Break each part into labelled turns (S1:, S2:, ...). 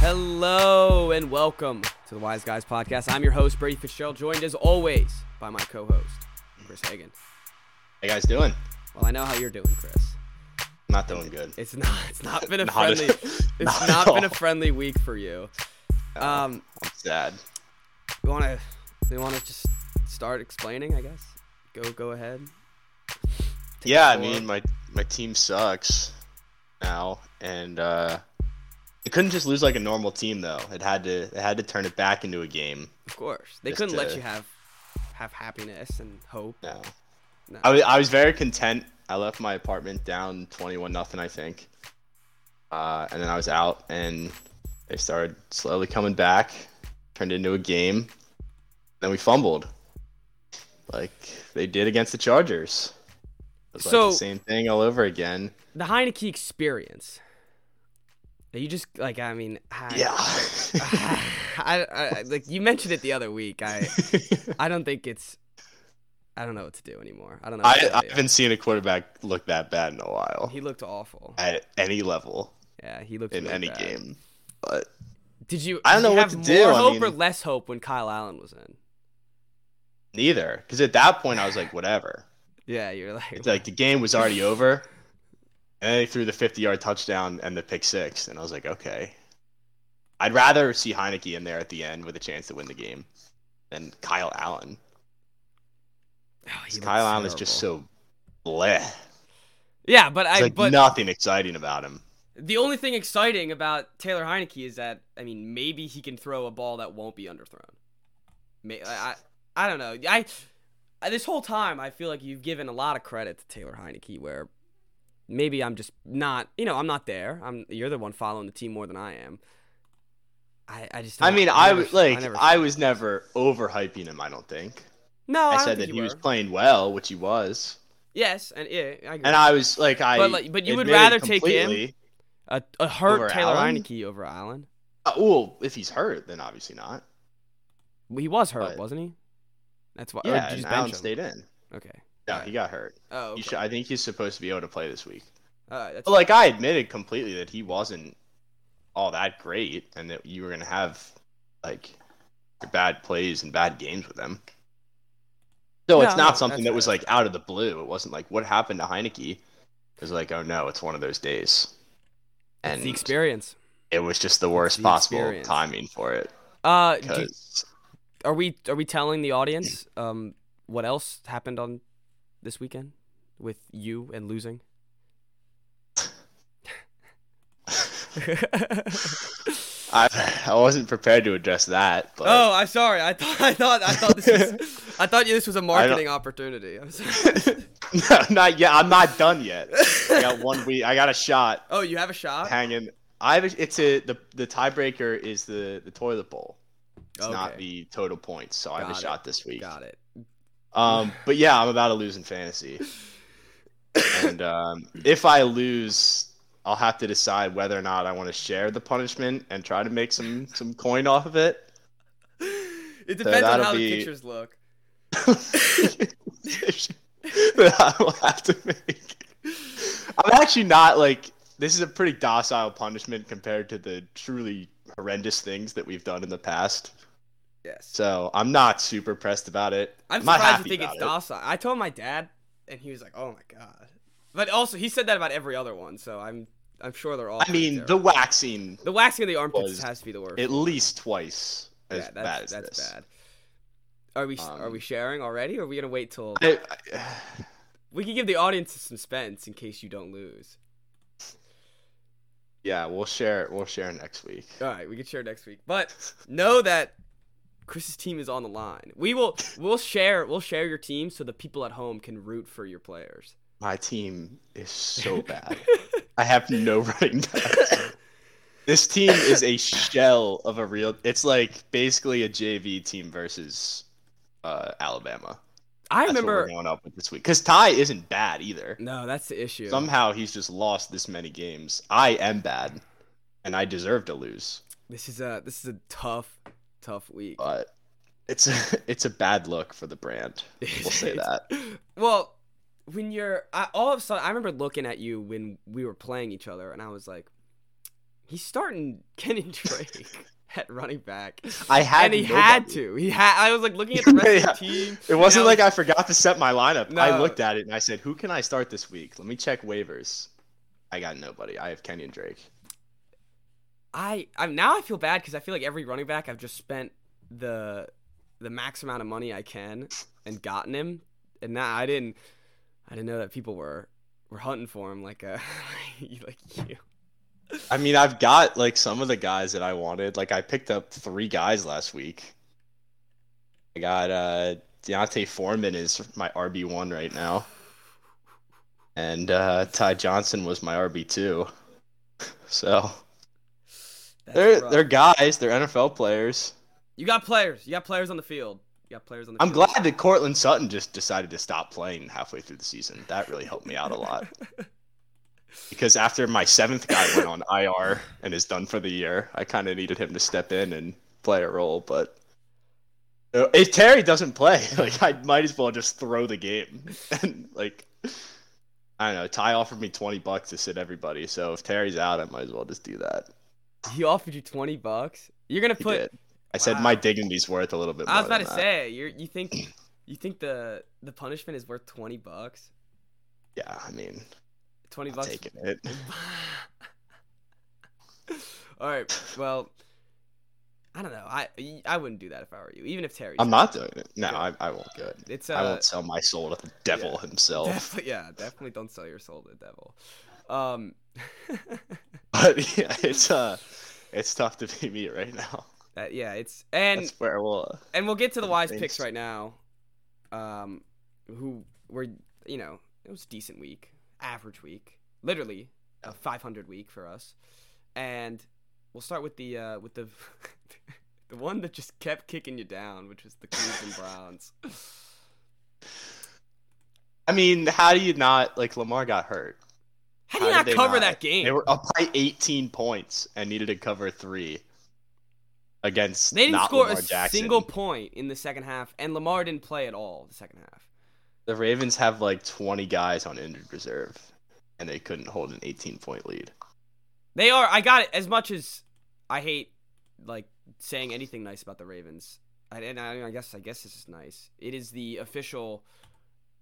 S1: Hello and welcome to the Wise Guys Podcast. I'm your host, Brady Fitzgerald, joined as always by my co host, Chris Hagan.
S2: How you guys doing?
S1: Well, I know how you're doing, Chris.
S2: Not doing good.
S1: It's not it's not been a
S2: Not at-
S1: friendly
S2: not
S1: it's
S2: at
S1: not been a
S2: all. Uh,
S1: friendly week for you. Um
S2: I'm sad.
S1: you wanna we wanna just start explaining, I guess? Go go ahead. Take
S2: Yeah,
S1: the
S2: I
S1: floor.
S2: mean my my team sucks now, and uh, it couldn't just lose like a normal team though. It had to it had to turn it back into a game.
S1: Of course. They
S2: Just
S1: couldn't let
S2: to-
S1: you have have happiness and hope.
S2: No,
S1: No.
S2: I was I was very content. I left my apartment down twenty one nothing, I think, uh, and then I was out, and they started slowly coming back, turned into a game. Then we fumbled, like they did against the Chargers. It was like
S1: So-
S2: the same thing all over again.
S1: the Heineke experience. You just like I mean I-
S2: Yeah.
S1: I, I I- like you mentioned it the other week. I I don't think it's I don't know what to do anymore. I don't know. What
S2: I,
S1: to
S2: I
S1: tell you.
S2: haven't seen a quarterback look that bad in a while
S1: He looked awful.
S2: at any level
S1: Yeah, he looked
S2: in
S1: really
S2: any
S1: bad.
S2: game. But
S1: Did you?
S2: I don't
S1: did you
S2: know
S1: have
S2: what to
S1: more
S2: do, I
S1: hope or
S2: mean-
S1: less hope when Kyle Allen was in?
S2: neither, because at that point I was like, whatever.
S1: Yeah, you're like,
S2: It's like the game was already over, and then they threw the 50-yard touchdown and the pick six, and I was like, okay. I'd rather see Heineke in there at the end with a chance to win the game than Kyle Allen.
S1: oh, he
S2: 'Cause
S1: looked
S2: Kyle Allen is just
S1: terrible.
S2: so bleh.
S1: Yeah, but I
S2: It's like
S1: but
S2: nothing exciting about him.
S1: the only thing exciting about Taylor Heineke is that I mean maybe he can throw a ball that won't be underthrown. May, I, I I don't know. I, I this whole time I feel like you've given a lot of credit to Taylor Heineke where maybe I'm just not you know I'm not there. I'm you're the one following the team more than I am. I, I just
S2: I
S1: don't-
S2: mean, I
S1: never-
S2: was like,
S1: never-
S2: I was never overhyping him. I don't think.
S1: no Oh, I,
S2: I
S1: don't
S2: said
S1: think
S2: that
S1: you
S2: he was
S1: were.
S2: playing well, which he was,
S1: yes and yeah I agree.
S2: and I was like, I.
S1: But, like, but you would
S2: admitted
S1: rather take him?
S2: completely-
S1: a, a hurt
S2: over
S1: Taylor
S2: Allen?
S1: Heineke over Allen.
S2: Uh, well, if he's hurt, then obviously not.
S1: He was hurt,
S2: But-
S1: wasn't he? That's why. or did
S2: Yeah,
S1: you
S2: and
S1: just bench
S2: Allen
S1: him?
S2: stayed in.
S1: Okay.
S2: No,
S1: Alright.
S2: he got hurt.
S1: Oh,
S2: He
S1: okay.
S2: should, I think he's supposed to be able to play this week.
S1: All right, that's
S2: But like I admitted completely that he wasn't all that great, and that you were gonna have like your bad plays and bad games with him.
S1: No,
S2: So it's
S1: no,
S2: not something
S1: that's
S2: that was
S1: fair.
S2: like out of the blue. It wasn't like what happened to Heineke. It was like, oh no, it's one of those days,
S1: it's the
S2: and
S1: experience.
S2: it was just the worst
S1: the
S2: possible
S1: experience.
S2: timing for it.
S1: Uh, do-
S2: Because
S1: are we are we telling the audience um what else happened on this weekend with you and losing?
S2: I I wasn't prepared to address that. But
S1: oh, I'm sorry. I thought I thought I thought this was, I thought this was a marketing opportunity. I'm sorry.
S2: no, not yet. I'm not done yet. I got one week. I got a shot
S1: Oh, you have a shot.
S2: hanging. I have. A, it's a the the tiebreaker is the the toilet bowl. It's not
S1: Okay.
S2: the total points. So I have
S1: Got
S2: a
S1: it.
S2: shot this week.
S1: Got it.
S2: Um, but yeah, I'm about to lose in fantasy. and um, if I lose, I'll have to decide whether or not I want to share the punishment and try to make some some coin off of it.
S1: It depends on
S2: that'll
S1: how the
S2: be-
S1: pictures look.
S2: that I will have to make. I'm actually not like this is a pretty docile punishment compared to the truly horrendous things that we've done in the past.
S1: Yes.
S2: So I'm not super pressed about it.
S1: I'm
S2: not
S1: surprised
S2: happy
S1: you think
S2: about
S1: it's
S2: it.
S1: docile. I told my dad, and he was like, "Oh my god!" But also, he said that about every other one, so I'm I'm sure they're all.
S2: I
S1: pretty
S2: mean, the
S1: terrible.
S2: waxing
S1: the waxing of the armpits
S2: was-
S1: has to be the worst.
S2: at least twice
S1: yeah,
S2: as
S1: that's
S2: bad as
S1: that's
S2: this.
S1: bad. Are we are
S2: Um,
S1: we sharing already? Or are we gonna wait till
S2: I- I-
S1: we can give the audience some suspense in case you don't lose?
S2: yeah, we'll share. We'll share next week.
S1: All right, we can share next week. But know that Chris's team is on the line. We will we'll share we'll share your team so the people at home can root for your players.
S2: My team is so bad. I have no running back. this team is a shell of a real. It's like basically a JV team versus uh, Alabama.
S1: I
S2: That's what
S1: remember.
S2: we're going up with this week because Ty isn't bad either.
S1: No, that's the issue.
S2: Somehow he's just lost this many games. I am bad, and I deserve to lose.
S1: This is a this is a tough, tough week.
S2: But it's a, it's a bad look for the brand. We'll say that.
S1: Well, when you're I, all of a sudden, I remember looking at you when we were playing each other, and I was like, He's starting Kenny Drake at running back.
S2: I had
S1: and he
S2: nobody.
S1: had to. He had. I was like looking at the rest
S2: Yeah.
S1: of the team.
S2: It wasn't
S1: and I was-
S2: like I forgot to set my lineup. I
S1: No.
S2: looked at it and I said, "Who can I start this week? Let me check waivers." I got nobody. I have Kenyon Drake.
S1: I I'm now I feel bad because I feel like every running back I've just spent the the max amount of money I can and gotten him, and now I didn't I didn't know that people were were hunting for him like uh like you.
S2: I mean, I've got like some of the guys that I wanted. Like I picked up three guys last week. I got uh Deontay Foreman is my RB one right now. And uh Ty Johnson was my RB two. So
S1: That's
S2: they're
S1: rough.
S2: they're guys, they're NFL players.
S1: you got players. You got players on the field. You got players on the
S2: I'm
S1: field.
S2: glad that Cortland Sutton just decided to stop playing halfway through the season. That really helped me out a lot. because after my seventh guy went on IR and is done for the year, I kind of needed him to step in and play a role. But Uh, if Terry doesn't play, like I might as well just throw the game. And like, I don't know. Ty offered me twenty bucks to sit everybody, so if Terry's out, I might as well just do that.
S1: He offered you twenty bucks. You're gonna
S2: He
S1: put.
S2: did. I said
S1: Wow.
S2: my dignity's worth a little bit.
S1: I was
S2: more
S1: about
S2: than
S1: to
S2: that.
S1: say you you think you think the the punishment is worth twenty bucks.
S2: yeah. I mean,
S1: Twenty
S2: I'm
S1: bucks.
S2: taking it.
S1: All right. Well, I don't know. I I wouldn't do that if I were you, even if Terry.
S2: I'm not doing it. No, I, I won't do it.
S1: It's
S2: I
S1: uh,
S2: won't sell my soul to the devil himself.
S1: definitely, yeah, definitely don't sell your soul to the devil. Um,
S2: But yeah, it's uh, it's tough to be me right now.
S1: that, yeah, it's and
S2: That's where we'll. uh,
S1: and we'll get to the
S2: Other
S1: wise
S2: things.
S1: picks right now. Um, who were you know it was a decent week, average week, literally a 500 week for us, and we'll start with the uh, with the the one that just kept kicking you down, which was the Cleveland Browns.
S2: I mean, how do you not like Lamar got hurt?
S1: How do you
S2: How
S1: not
S2: did they
S1: cover
S2: not?
S1: that game?
S2: They were up by 18 points and needed to cover three against.
S1: They didn't
S2: not
S1: score
S2: Lamar
S1: a
S2: Jackson.
S1: single point in the second half, and Lamar didn't play at all the second half.
S2: The Ravens have like 20 guys on injured reserve, and they couldn't hold an 18 point lead.
S1: They are. I got it. As much as I hate like saying anything nice about the Ravens, I, and I, I guess I guess this is nice. It is the official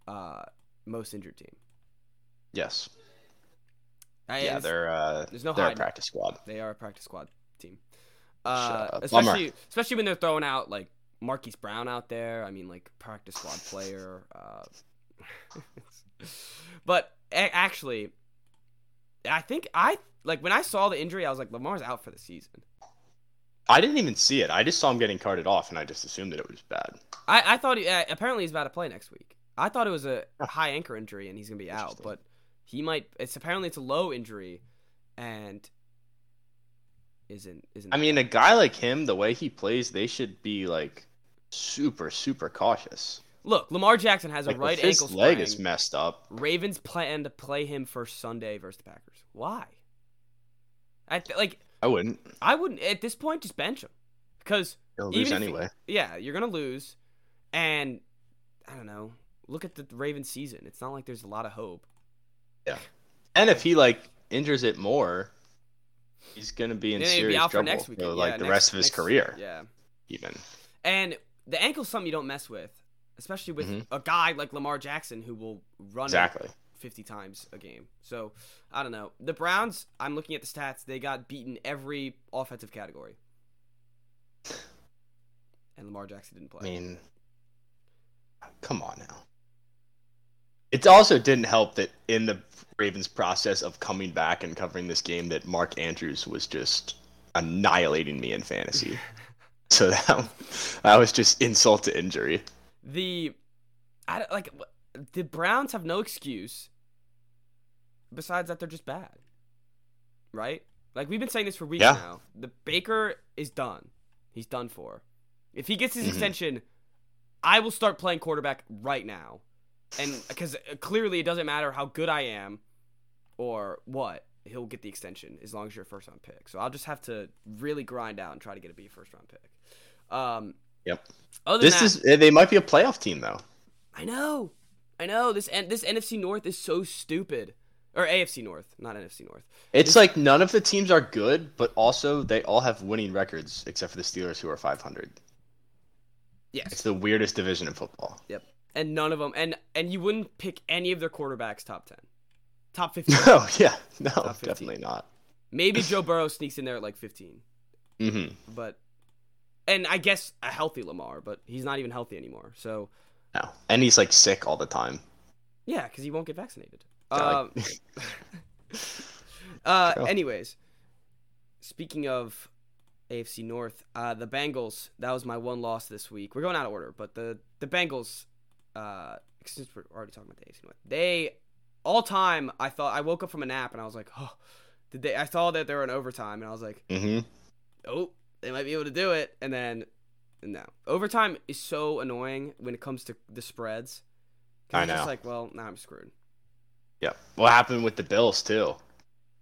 S1: uh, most injured team.
S2: Yes.
S1: I,
S2: yeah,
S1: it's-
S2: they're uh,
S1: there's no
S2: they're a
S1: hiding.
S2: practice squad.
S1: They are a practice squad team. Uh,
S2: up. Bummer.
S1: especially especially when they're throwing out like Marquise Brown out there. I mean, like practice squad player. Uh, but a- actually, I think I like when I saw the injury, I was like, Lamar's out for the season.
S2: I didn't even see it. I just saw him getting carted off, and I just assumed that it was bad.
S1: I I thought he, uh, apparently he's about to play next week. I thought it was a
S2: Huh.
S1: high anchor injury and he's gonna be out,
S2: Interesting.
S1: but he might. It's apparently it's a low injury, and isn't isn't.
S2: I mean, a guy like him, the way he plays, they should be like super, super cautious.
S1: Look, Lamar Jackson has
S2: Like,
S1: a
S2: if
S1: right
S2: his
S1: ankle
S2: leg
S1: sprain.
S2: is messed up.
S1: Ravens plan to play him for Sunday versus the Packers. Why? I th- like
S2: I wouldn't.
S1: I wouldn't at this point just bench him because
S2: He'll
S1: Even
S2: lose
S1: if he-
S2: anyway.
S1: yeah, you're gonna lose, and I don't know. Look at the Ravens season. It's not like there's a lot of hope.
S2: And if he like injures it more, he's gonna be in
S1: And he'd be
S2: serious
S1: out for
S2: trouble.
S1: next
S2: for,
S1: weekend.
S2: like
S1: Yeah,
S2: the
S1: next-
S2: rest of his
S1: next-
S2: career,
S1: Yeah.
S2: even.
S1: And the ankle's something you don't mess with, especially with
S2: Mhm.
S1: a guy like Lamar Jackson who will run it
S2: Exactly.
S1: 50 times a game. So, I don't know. The Browns, I'm looking at the stats, they got beaten every offensive category. And Lamar Jackson didn't
S2: I
S1: play.
S2: mean, come on now. It also didn't help that in the Ravens' process of coming back and covering this game, that Mark Andrews was just annihilating me in fantasy. so that that was just insult to injury.
S1: The I don't, like wh- the Browns have no excuse besides that they're just bad. Right? Like we've been saying this for weeks
S2: Yeah.
S1: now. The Baker is done. He's done for. If he gets his
S2: Mhm.
S1: extension, I will start playing quarterback right now. And cuz clearly it doesn't matter how good I am or what, he'll get the extension as long as you're a first round pick. So I'll just have to really grind out and try to get a B first round pick. Um
S2: Yep.
S1: Other than
S2: This
S1: that-
S2: is eh, they might be a playoff team though.
S1: I know. I know. This N- this NFC North is so stupid. or AFC North, not NFC North.
S2: It's like none of the teams are good, but also they all have winning records except for the Steelers, who are 500. It's
S1: Yes.
S2: the weirdest division in football.
S1: Yep. And none of them, and and you wouldn't pick any of their quarterbacks top ten, top fifteen.
S2: No, Oh, yeah, no,
S1: 15.
S2: definitely not.
S1: Maybe Joe Burrow sneaks in there at like fifteen,
S2: hmm
S1: but, and I guess a healthy Lamar, but he's not even healthy anymore. So
S2: No, and he's like sick all the time.
S1: yeah, because he won't get vaccinated.
S2: Yeah,
S1: Um, Uh,
S2: True.
S1: anyways, speaking of AFC North, uh, the Bengals. That was my one loss this week. We're going out of order, but the the Bengals. Uh, since we're already talking about the AFC North, they all time. I thought I woke up from a nap and I was like, oh, did they? I saw that they were in overtime and I was like,
S2: hmm
S1: oh, they might be able to do it. And then no, overtime is so annoying when it comes to the spreads. 'Cause
S2: I
S1: it's Just
S2: know.
S1: like, well, now I'm screwed.
S2: Yep. What happened with the Bills too?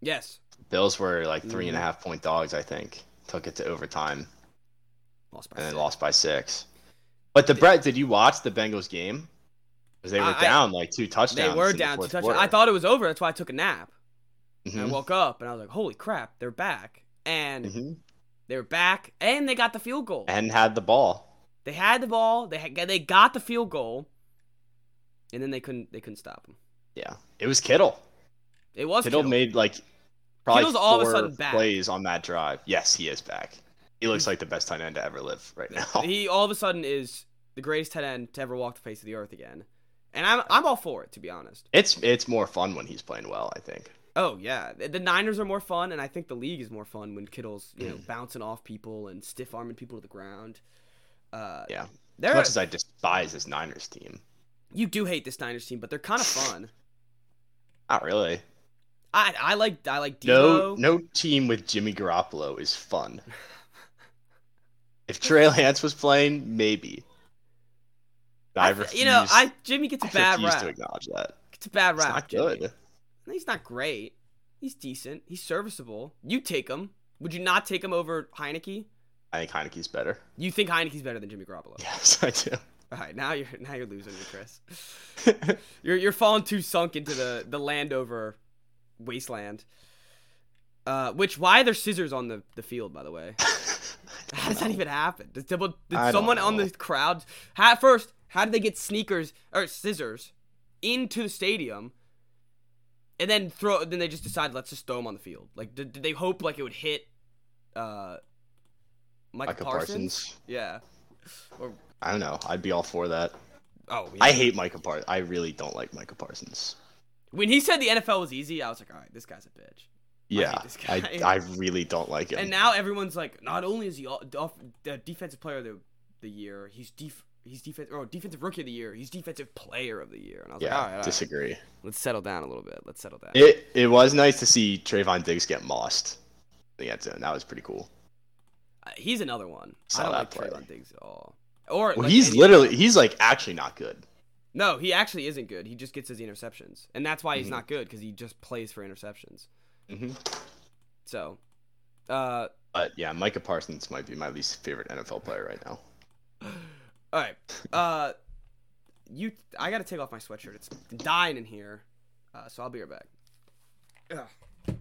S1: Yes,
S2: Bills were like three and a
S1: Mhm.
S2: half point dogs, I think. Took it to overtime
S1: lost by.
S2: and then
S1: six.
S2: lost by six. But the Brett, did you watch the Bengals game? Because they were
S1: I- I-
S2: down like two touchdowns.
S1: They were
S2: in the
S1: down two
S2: fourth
S1: touchdowns.
S2: quarter.
S1: I thought it was over. That's why I took a nap. And
S2: Mhm,
S1: I woke up and I was like, "Holy crap, they're back!" And
S2: mhm.
S1: they were back, and they got the field goal.
S2: and had the ball.
S1: they had the ball. They had, they got the field goal, and then they couldn't they couldn't stop them.
S2: Yeah, it was Kittle.
S1: It was
S2: Kittle,
S1: Kittle.
S2: made like probably
S1: Kittle's
S2: four
S1: all of a sudden back.
S2: plays on that drive. Yes, he is back. He looks like the best tight end to ever live right now.
S1: He all of a sudden is the greatest tight end to ever walk the face of the earth again, and I'm I'm all for it to be honest.
S2: It's it's more fun when he's playing well. I think.
S1: Oh yeah, the the Niners are more fun, and I think the league is more fun when Kittle's you know
S2: Mm.
S1: bouncing off people and stiff arming people to the ground. Uh,
S2: Yeah. As
S1: they're-
S2: much as I despise this Niners team,
S1: you do hate this Niners team, but they're kind of fun.
S2: not really.
S1: I I like I like Debo.
S2: No, no team with Jimmy Garoppolo is fun. if Trey Lance was playing, maybe. But I,
S1: I th-
S2: refuse.
S1: you know, I Jimmy gets a
S2: I
S1: bad
S2: refuse
S1: rap.
S2: to acknowledge that.
S1: It's a bad
S2: It's
S1: rap.
S2: not
S1: Jimmy.
S2: good.
S1: He's not great. He's decent. He's serviceable. You take him. Would you not take him over Heineke?
S2: I think Heineke's better.
S1: You think Heineke's better than Jimmy Garoppolo?
S2: Yes, I do.
S1: All right, now you're now you're losing me, Chris. you're you're falling too sunk into the the Landover wasteland. Uh, which why are there scissors on the, the field? By the way, how does that even happen? Did, did, did
S2: I don't
S1: someone on
S2: know.
S1: the crowd? How, first, how did they get sneakers or scissors into the stadium? And then throw. Then they just decided let's just throw them on the field. Like, did, did they hope like it would hit? Uh, Michael,
S2: Michael
S1: Parsons?
S2: Parsons.
S1: Yeah.
S2: I don't know. I'd be all for that.
S1: Oh, yeah.
S2: I hate Michael Parsons. I really don't like Michael Parsons.
S1: when he said the NFL was easy, I was like, all right, this guy's a bitch.
S2: Yeah,
S1: this
S2: I,
S1: guy.
S2: I really don't like him.
S1: And now everyone's like, not only is he all- off, the defensive player of the, the year, he's def, he's defense or defensive rookie of the year, he's defensive player of the year. And I was
S2: yeah,
S1: like, all right, all right,
S2: disagree.
S1: let's settle down a little bit. Let's settle down.
S2: It it was nice to see Trayvon Diggs get mossed. in The end zone. That was pretty cool.
S1: Uh, he's another one. I
S2: Saw
S1: don't
S2: that
S1: like
S2: play.
S1: Trayvon Diggs at all. Or
S2: Well,
S1: like,
S2: he's
S1: any-
S2: literally he's like actually not good.
S1: no, he actually isn't good. He just gets his interceptions, and that's why he's
S2: Mhm.
S1: not good because he just plays for interceptions.
S2: Mm-hmm.
S1: So, uh,
S2: But yeah, Micah Parsons might be my least favorite NFL player right now.
S1: All right. Uh, you, I gotta take off my sweatshirt. It's dying in here, uh, so I'll be right back. Ugh.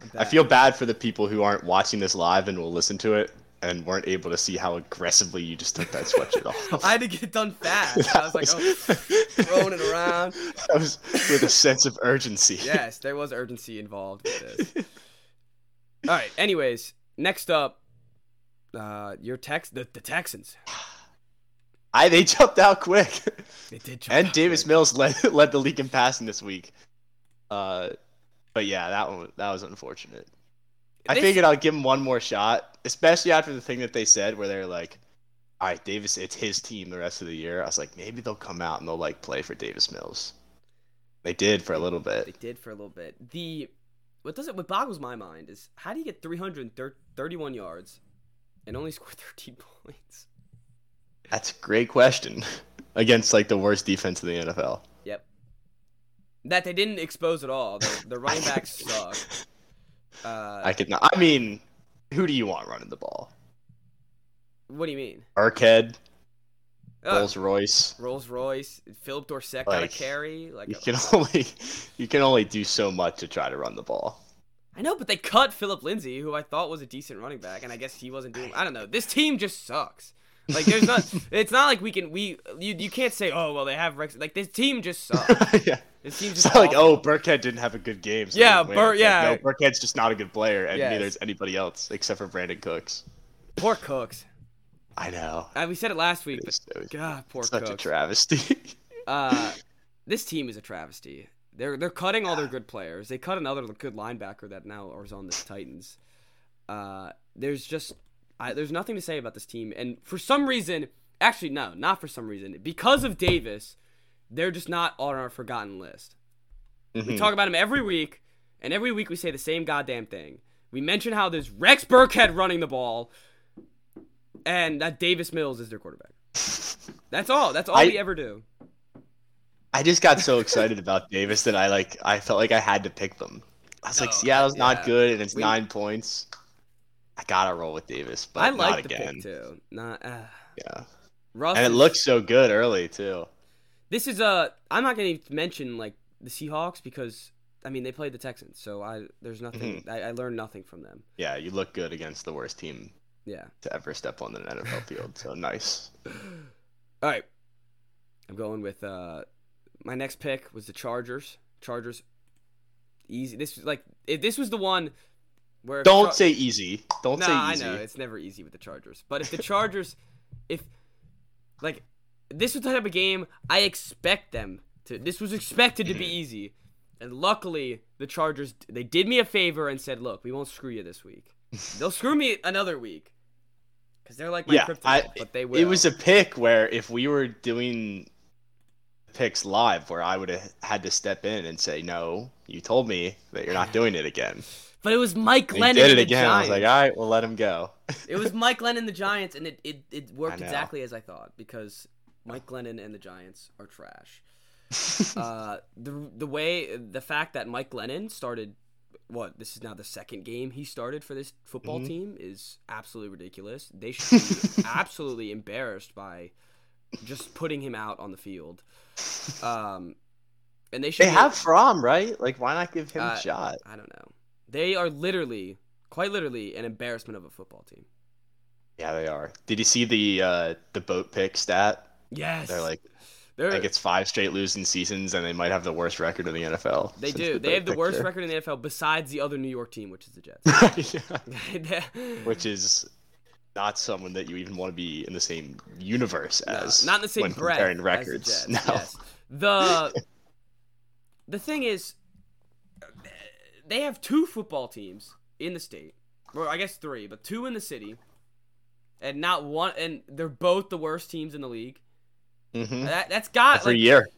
S1: I'm
S2: I
S1: back.
S2: feel bad for the people who aren't watching this live and will listen to it and weren't able to see how aggressively you just took that sweatshirt off.
S1: I had to get done fast. I was like, oh, throwing it around.
S2: That was with a sense of urgency.
S1: yes, there was urgency involved with this. All right. Anyways, next up, uh, your Tex, the, the Texans.
S2: I they jumped out quick.
S1: They did. jump
S2: And
S1: out
S2: Davis
S1: big.
S2: Mills led led the league in passing this week. Uh, but yeah, that one that was unfortunate. I
S1: They-
S2: figured I'd give him one more shot, especially after the thing that they said where they're like, "All right, Davis, it's his team the rest of the year." I was like, maybe they'll come out and they'll like play for Davis Mills. They did for a little
S1: They
S2: bit.
S1: did for a little bit. The what does it what boggles my mind is how do you get 331 yards and only score 13 points?
S2: That's a great question against like the worst defense in the NFL.
S1: Yep. That they didn't expose at all. The, the running backs suck. Uh,
S2: I could not. I mean, who do you want running the ball?
S1: What do you mean?
S2: Arquette,
S1: Oh,
S2: Rolls Royce.
S1: Rolls Royce, Philip Dorsett got a
S2: Like,
S1: carry. Like
S2: You
S1: a-
S2: can only you can only do so much to try to run the ball.
S1: I know, but they cut Philip Lindsay, who I thought was a decent running back, and I guess he wasn't doing. I don't know. This team just sucks. Like there's not. it's not like we can. We you, you can't say oh well they have Rex. Like this team just sucks.
S2: yeah.
S1: This team
S2: It's
S1: just
S2: not like,
S1: awful.
S2: oh, Burkhead didn't have a good game. So
S1: Yeah,
S2: they win.
S1: Bur-
S2: It's
S1: yeah.
S2: Like, no, Burkhead's just not a good player, and
S1: Yes.
S2: neither is anybody else except for Brandon Cooks.
S1: poor Cooks.
S2: I know.
S1: Uh, we said it last week, but
S2: It's, it's
S1: God, poor
S2: such a
S1: Cooks.
S2: travesty.
S1: uh, this team is a travesty. They're they're cutting all their good players. They cut another good linebacker that now is on the Titans. Uh, there's just I, there's nothing to say about this team, and for some reason, actually no, not for some reason, because of Davis, they're just not on our forgotten list. We
S2: Mhm.
S1: talk about him every week, and every week we say the same goddamn thing. We mention how there's Rex Burkhead running the ball, and that Davis Mills is their quarterback. That's all. That's all
S2: I-
S1: we ever do.
S2: I just got so excited about Davis that I like I felt like I had to pick them. I was like,
S1: No,
S2: Seattle's
S1: yeah.
S2: not good, and it's
S1: We-
S2: nine points. I gotta roll with Davis, but
S1: I
S2: not
S1: like the
S2: again.
S1: pick too. Not uh,
S2: Yeah,
S1: Russ.
S2: and it
S1: is-
S2: looks so good early too.
S1: This is a. I'm not gonna even mention like the Seahawks because I mean they played the Texans, so I there's nothing.
S2: Mm-hmm.
S1: I, I learned nothing from them.
S2: Yeah, you look good against the worst team
S1: Yeah.
S2: to ever step on an NFL field. So nice.
S1: All right. I'm going with uh my next pick was the Chargers. Chargers. Easy. This was like if this was the one where if
S2: Don't
S1: Char-
S2: say easy. Don't
S1: No,
S2: say
S1: I
S2: easy.
S1: know it's never easy with the Chargers. But if the Chargers, if like this was the type of game I expect them to. This was expected to be
S2: Mm-hmm.
S1: easy, and luckily the Chargers they did me a favor and said, "Look, we won't screw you this week. They'll screw me another week." Because they're like my
S2: Yeah,
S1: kryptonite,
S2: I-
S1: but they will.
S2: It was a pick where if we were doing picks live, where I would have had to step in and say, "No, you told me that you're not doing it again."
S1: but it was Mike
S2: And
S1: Lennon.
S2: he did
S1: and
S2: it
S1: the
S2: again. I was
S1: Giants.
S2: like, "All right, we'll let him go."
S1: It was Mike Glennon and the Giants, and it, it, it worked
S2: know.
S1: exactly as I thought because Mike Glennon and the Giants are trash. uh, the the way the fact that Mike Glennon started, what this is now the second game he started for this football
S2: Mhm.
S1: team is absolutely ridiculous. They should be absolutely embarrassed by just putting him out on the field. Um, and they should
S2: They
S1: be-
S2: have Fromm, right? Like, why not give him
S1: Uh,
S2: a shot?
S1: I don't know. They are literally, quite literally, an embarrassment of a football team.
S2: Yeah, they are. Did you see the uh, the boat pick stat?
S1: Yes,
S2: They're like,
S1: They're-
S2: like it's five straight losing seasons, and they might have the worst record in the NFL.
S1: They
S2: since
S1: do.
S2: boat
S1: They have the
S2: pick
S1: worst
S2: there.
S1: record in the NFL besides the other New York team, which is the Jets.
S2: Yeah. which is not someone that you even want to be in the same universe as.
S1: not in the same
S2: uh, when
S1: breath
S2: comparing
S1: as the
S2: records.
S1: Jets,
S2: no,
S1: yes. The the thing is, they have two football teams in the state, or I guess three, but two in the city, and not one. And they're both the worst teams in the league.
S2: Mhm.
S1: That that's got
S2: every
S1: Uh, like,
S2: year.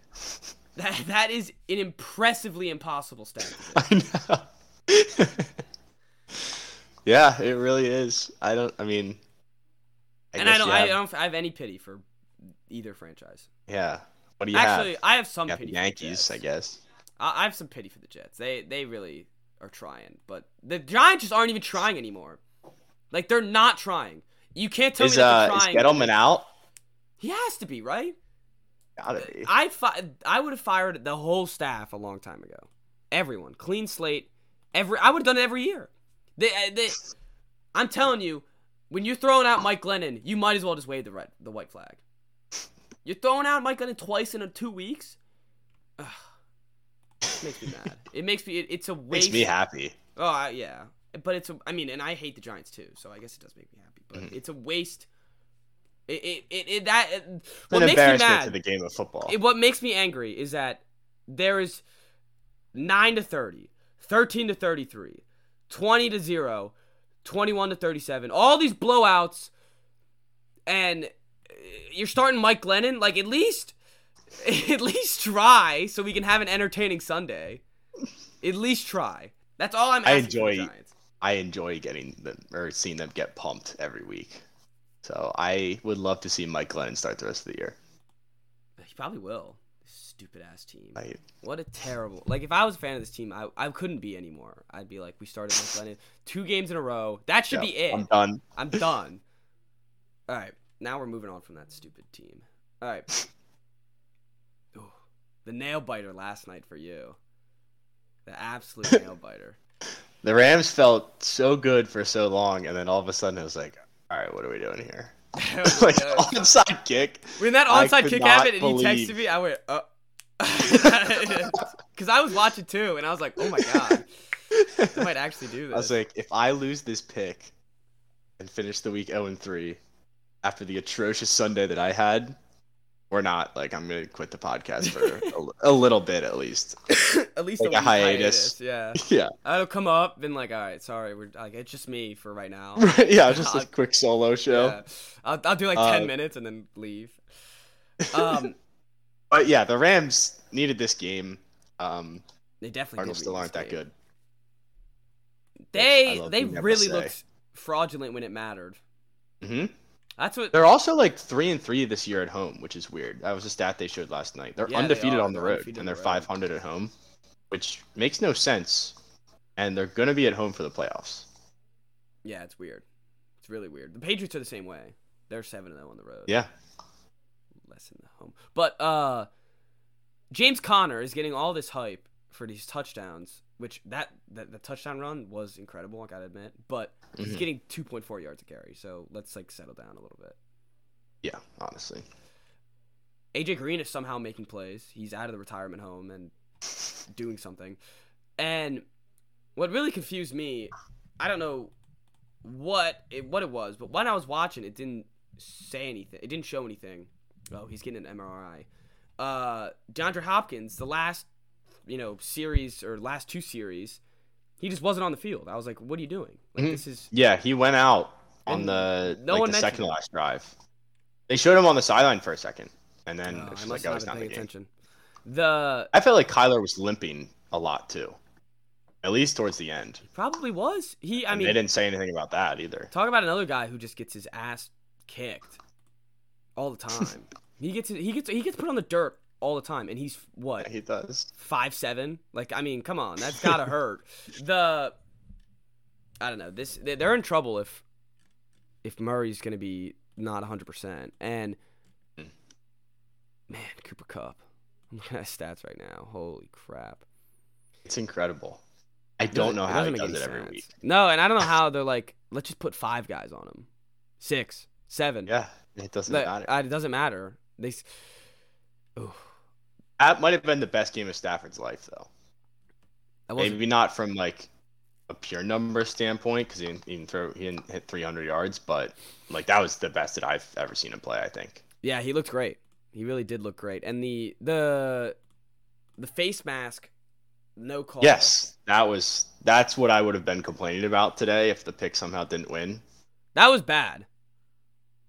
S1: that, that is an impressively impossible stat. to do.
S2: I know. yeah, it really is. I don't. I mean, I
S1: and
S2: guess
S1: I don't,
S2: you
S1: I,
S2: have-
S1: I don't, I have any pity for either franchise.
S2: Yeah. What do you
S1: Actually,
S2: have?
S1: I have some
S2: You got
S1: pity.
S2: the
S1: for the
S2: Yankees,
S1: Jets.
S2: I guess.
S1: I, I have some pity for the Jets. They they really are trying, but the Giants just aren't even trying anymore. Like they're not trying. You can't tell
S2: is
S1: me that
S2: uh
S1: they're
S2: is
S1: trying.
S2: Gettleman out?
S1: he has to be right.
S2: Gotta be.
S1: I fi- I would have fired the whole staff a long time ago. Everyone, clean slate. Every I would have done it every year. They, uh, they, I'm telling you, when you're throwing out Mike Glennon, you might as well just wave the red, the white flag. You're throwing out Mike Glennon twice in uh, two weeks. Ugh. It makes me mad. It makes me. It, it's a waste.
S2: Makes me happy.
S1: Oh I, yeah, but it's a, I mean, and I hate the Giants too, so I guess it does make me happy. But
S2: Mm-hmm.
S1: it's a waste. It it, it, it that it,
S2: It's
S1: what
S2: an
S1: makes me
S2: embarrassment
S1: mad.
S2: to the game of football.
S1: it, what makes me angry is that there is nine to 30, 13 to 33, 20 to zero, 21 to 37. All these blowouts, and uh, you're starting Mike Glennon. Like at least, at least try so we can have an entertaining Sunday. At least try. That's all I'm.
S2: I
S1: Asking for the
S2: enjoy-
S1: Giants.
S2: I enjoy getting them or seeing them get pumped every week. So I would love to see Mike Glennon start the rest of the year.
S1: He probably will. Stupid ass team.
S2: I,
S1: What a terrible. Like, if I was a fan of this team, I, I couldn't be anymore. I'd be like, we started Mike Lennon two games in a row. That should
S2: yeah,
S1: be it.
S2: I'm
S1: I'm,
S2: done.
S1: done. All right, now we're moving on from that stupid team. All right. Ooh, the nail biter last night for you. The absolute nail biter.
S2: The Rams felt so good for so long, and then all of a sudden it was like, all right, what are we doing here? like onside kick.
S1: Oh when that
S2: I
S1: onside
S2: could
S1: kick
S2: not
S1: happened and he
S2: believe-
S1: texted me, I went, uh. Because I was watching too, and I was like, oh my God, I might actually do
S2: I was
S1: this.
S2: like, if I lose this pick and finish the week 0 and 3 after the atrocious Sunday that I had, we're not like I'm gonna quit the podcast for a l- a, little bit at least.
S1: At least
S2: like
S1: a
S2: a
S1: week
S2: hiatus.
S1: hiatus. Yeah.
S2: yeah,
S1: I'll come up, been like, all right, sorry, we're like, it's just me for right now.
S2: right. Yeah, just
S1: God.
S2: a quick solo show.
S1: Yeah. I'll, I'll do like 10
S2: Uh,
S1: minutes and then leave. Um,
S2: But yeah, the Rams needed this game. Um,
S1: they definitely
S2: Cardinals
S1: did
S2: still
S1: lose
S2: aren't
S1: this
S2: that
S1: game.
S2: good. I
S1: They
S2: love
S1: they
S2: being able to
S1: really
S2: say.
S1: looked fraudulent when it mattered.
S2: hmm
S1: That's what
S2: They're also like three and three this year at home, which is weird. That was a stat they showed last night. They're
S1: Yeah, they
S2: undefeated
S1: are.
S2: on the
S1: They're
S2: road,
S1: undefeated on
S2: and
S1: the
S2: they're
S1: road.
S2: 500 at home, which makes no sense. And they're gonna be at home for the playoffs.
S1: Yeah, it's weird. It's really weird. The Patriots are the same way. They're 7 0 on the road.
S2: Yeah,
S1: Less in the home. But uh James Conner is getting all this hype for these touchdowns, which that, that the touchdown run was incredible, I got to admit, but he's
S2: Mhm.
S1: getting 2.4 yards a carry. So let's like settle down a little bit.
S2: yeah. Honestly,
S1: AJ Green is somehow making plays. He's out of the retirement home and doing something. And what really confused me, I don't know what it, what it was, but when I was watching, it didn't say anything. It didn't show anything. Oh, he's getting an MRI. Uh, DeAndre Hopkins, the last you know series or last two series, he just wasn't on the field. I was like, what are you doing? Like
S2: Mhm.
S1: this is
S2: yeah. He went out on
S1: And
S2: the
S1: no
S2: like
S1: one
S2: the
S1: mentioned
S2: second
S1: it.
S2: last drive. They showed him on the sideline for a second, and then
S1: Oh,
S2: it was
S1: I
S2: just
S1: must
S2: like, oh,
S1: not
S2: he's
S1: have
S2: not
S1: been
S2: in the
S1: paying
S2: game.
S1: attention. The
S2: I felt like Kyler was limping a lot too, at least towards the end.
S1: probably was he. I
S2: And
S1: mean,
S2: they didn't say anything about that either.
S1: Talk about another guy who just gets his ass kicked all the time. he gets he gets he gets put on the dirt all the time, and he's what
S2: He does.
S1: five seven. Like I mean, come on, that's gotta hurt. The I don't know. This they- they're in trouble if if Murray's gonna be not hundred percent. And man, Cooper Cup. I'm looking at his stats right now. Holy crap!
S2: It's incredible. I don't know how he
S1: doesn't
S2: does
S1: make any
S2: it every
S1: sense.
S2: week.
S1: No, and I don't know how they're like. Let's just put five guys on him, six, seven.
S2: Yeah, it doesn't
S1: Like,
S2: matter.
S1: I- it doesn't matter. They. s- Ooh,
S2: That might have been the best game of Stafford's life, though.
S1: that wasn't-
S2: Maybe not from like a pure number standpoint, because he didn't even throw, he didn't hit 300 yards, but like that was the best that I've ever seen him play. I think.
S1: yeah, he looked great. He really did look great. And the the the face mask, no call.
S2: Yes, that was that's what I would have been complaining about today if the pick somehow didn't win.
S1: that was bad.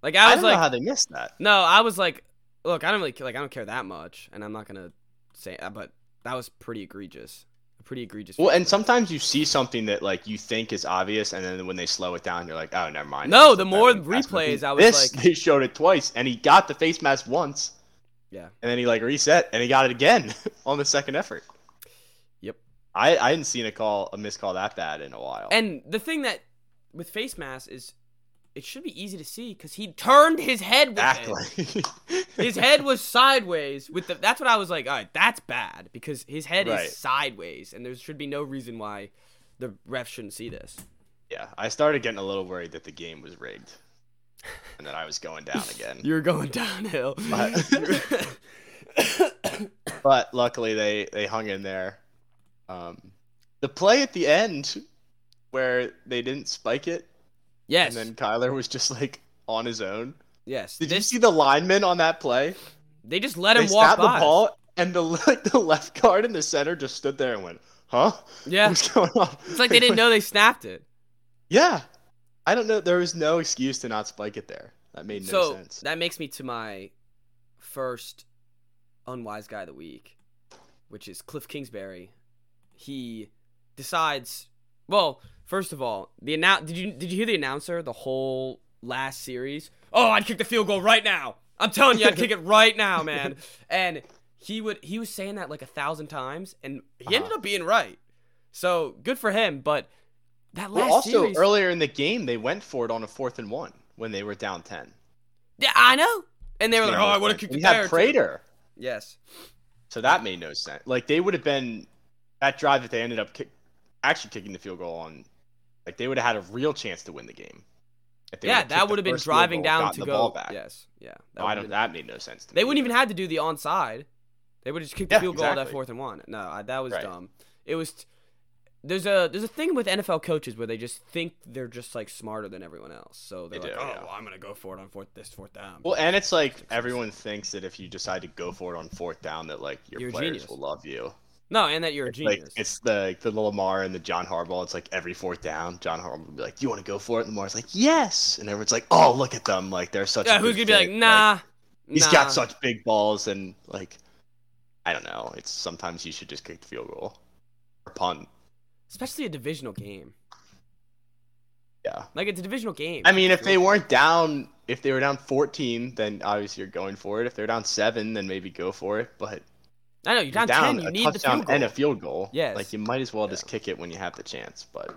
S1: Like
S2: I,
S1: I was
S2: don't
S1: like,
S2: know how they missed that.
S1: no, I was like, look, I don't really like, I don't care that much, and I'm not gonna say, but that was pretty egregious. Pretty egregious.
S2: Well,
S1: face
S2: and
S1: mask.
S2: sometimes you see something that like you think is obvious, and then when they slow it down, you're like, "Oh, never mind."
S1: No,
S2: It's
S1: the
S2: like
S1: more
S2: that one pass.
S1: replays, I was
S2: this,
S1: like-
S2: they showed it twice, and he got the face mask once.
S1: Yeah.
S2: and then he like reset, and he got it again on the second effort.
S1: Yep.
S2: I I hadn't seen a call a missed call that bad in a while.
S1: And the thing that with face masks is, it should be easy to see because he turned his head. With it.
S2: exactly.
S1: his head was sideways with the that's what i was like all right that's bad because his head
S2: Right.
S1: is sideways and there should be no reason why the ref shouldn't see this
S2: yeah, I started getting a little worried that the game was rigged, and that I was going down again.
S1: you're going downhill
S2: But- but luckily they they hung in there. Um, the play at the end where they didn't spike it,
S1: yes
S2: and then Kyler was just like on his own.
S1: yes
S2: Did you
S1: this,
S2: see the lineman on that play?
S1: they just let
S2: They
S1: him walk
S2: snapped
S1: by
S2: the ball, and the like the left guard and the center just stood there and went, "Huh?
S1: yeah
S2: What's going on?"
S1: it's like they didn't know they snapped it
S2: Yeah, I don't know. There was no excuse to not spike it there. That made no
S1: so
S2: sense.
S1: that makes me to my first unwise guy of the week, which is Cliff Kingsbury. He decides. Well, first of all, the annou- did you did you hear the announcer the whole last series? Oh, I'd kick the field goal right now. I'm telling you, I'd kick it right now, man. And he would he was saying that like a thousand times, and he ended
S2: Uh-huh.
S1: up being right. So good for him. But that last
S2: Well, also
S1: series,
S2: earlier in the game, they went for it on a fourth and one when they were down ten.
S1: Yeah, I know. And they were like,
S2: Yeah,
S1: "Oh, I
S2: but
S1: want to kick
S2: We
S1: the
S2: had
S1: Bears."
S2: Prater,
S1: Yes.
S2: so that made no sense. Like they would have been that drive that they ended up kick, actually kicking the field goal on. Like they would have had a real chance to win the game. if they
S1: Yeah,
S2: would've
S1: that
S2: kicked
S1: would
S2: the
S1: have been
S2: first field
S1: driving
S2: goal,
S1: down
S2: gotten
S1: to
S2: the
S1: go.
S2: ball back.
S1: Yes. Yeah. that
S2: No, I
S1: would've
S2: don't.
S1: been-
S2: That made no sense. To
S1: They
S2: me.
S1: wouldn't even had to do the onside. They would have just kicked
S2: Yeah,
S1: the field goal at that
S2: exactly.
S1: fourth and one. No, I, that was
S2: Right.
S1: dumb. It was. t- There's a there's a thing with NFL coaches where they just think they're just like smarter than everyone else. So they're
S2: They
S1: like,
S2: do,
S1: oh,
S2: yeah.
S1: well, I'm gonna go for it on fourth this fourth down.
S2: Well, and it's like everyone thinks that if you decide to go for it on fourth down, that like your
S1: You're a
S2: players
S1: genius.
S2: will love you.
S1: no, and that you're a genius.
S2: Like it's the like, the Lamar and the John Harbaugh. It's like every fourth down, John Harbaugh would be like, "Do you want to go for it?" And Lamar's like, "Yes," and everyone's like, "Oh, look at them! Like they're such."
S1: yeah,
S2: a
S1: who's gonna
S2: good
S1: be like,
S2: fit."
S1: nah?
S2: He's
S1: nah.
S2: got such big balls, and like, I don't know. It's sometimes you should just kick the field goal or punt.
S1: especially a divisional game.
S2: Yeah.
S1: Like it's a divisional game.
S2: I mean, if they weren't down, if they were down 14, then obviously you're going for it. If they're down seven, then maybe go for it. But
S1: I know you're down, ten. You
S2: a
S1: need the
S2: touchdown
S1: field goal.
S2: and a field goal.
S1: Yes.
S2: like you might as well just
S1: Yeah.
S2: kick it when you have the chance. But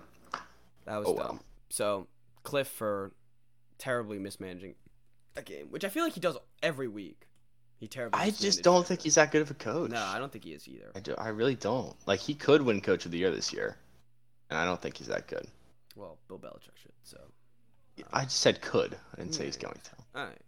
S1: That was dumb.
S2: oh well.
S1: So Cliff for terribly mismanaging that game, which I feel like he does every week. He terribly.
S2: I
S1: mismanaged
S2: just don't
S1: it.
S2: think he's that good of a coach.
S1: No, I don't think he is either.
S2: I, do- I really don't. Like he could win coach of the year this year, and I don't think he's that good.
S1: Well, Bill Belichick should. So
S2: I just said could. I didn't say he's going to.
S1: all right,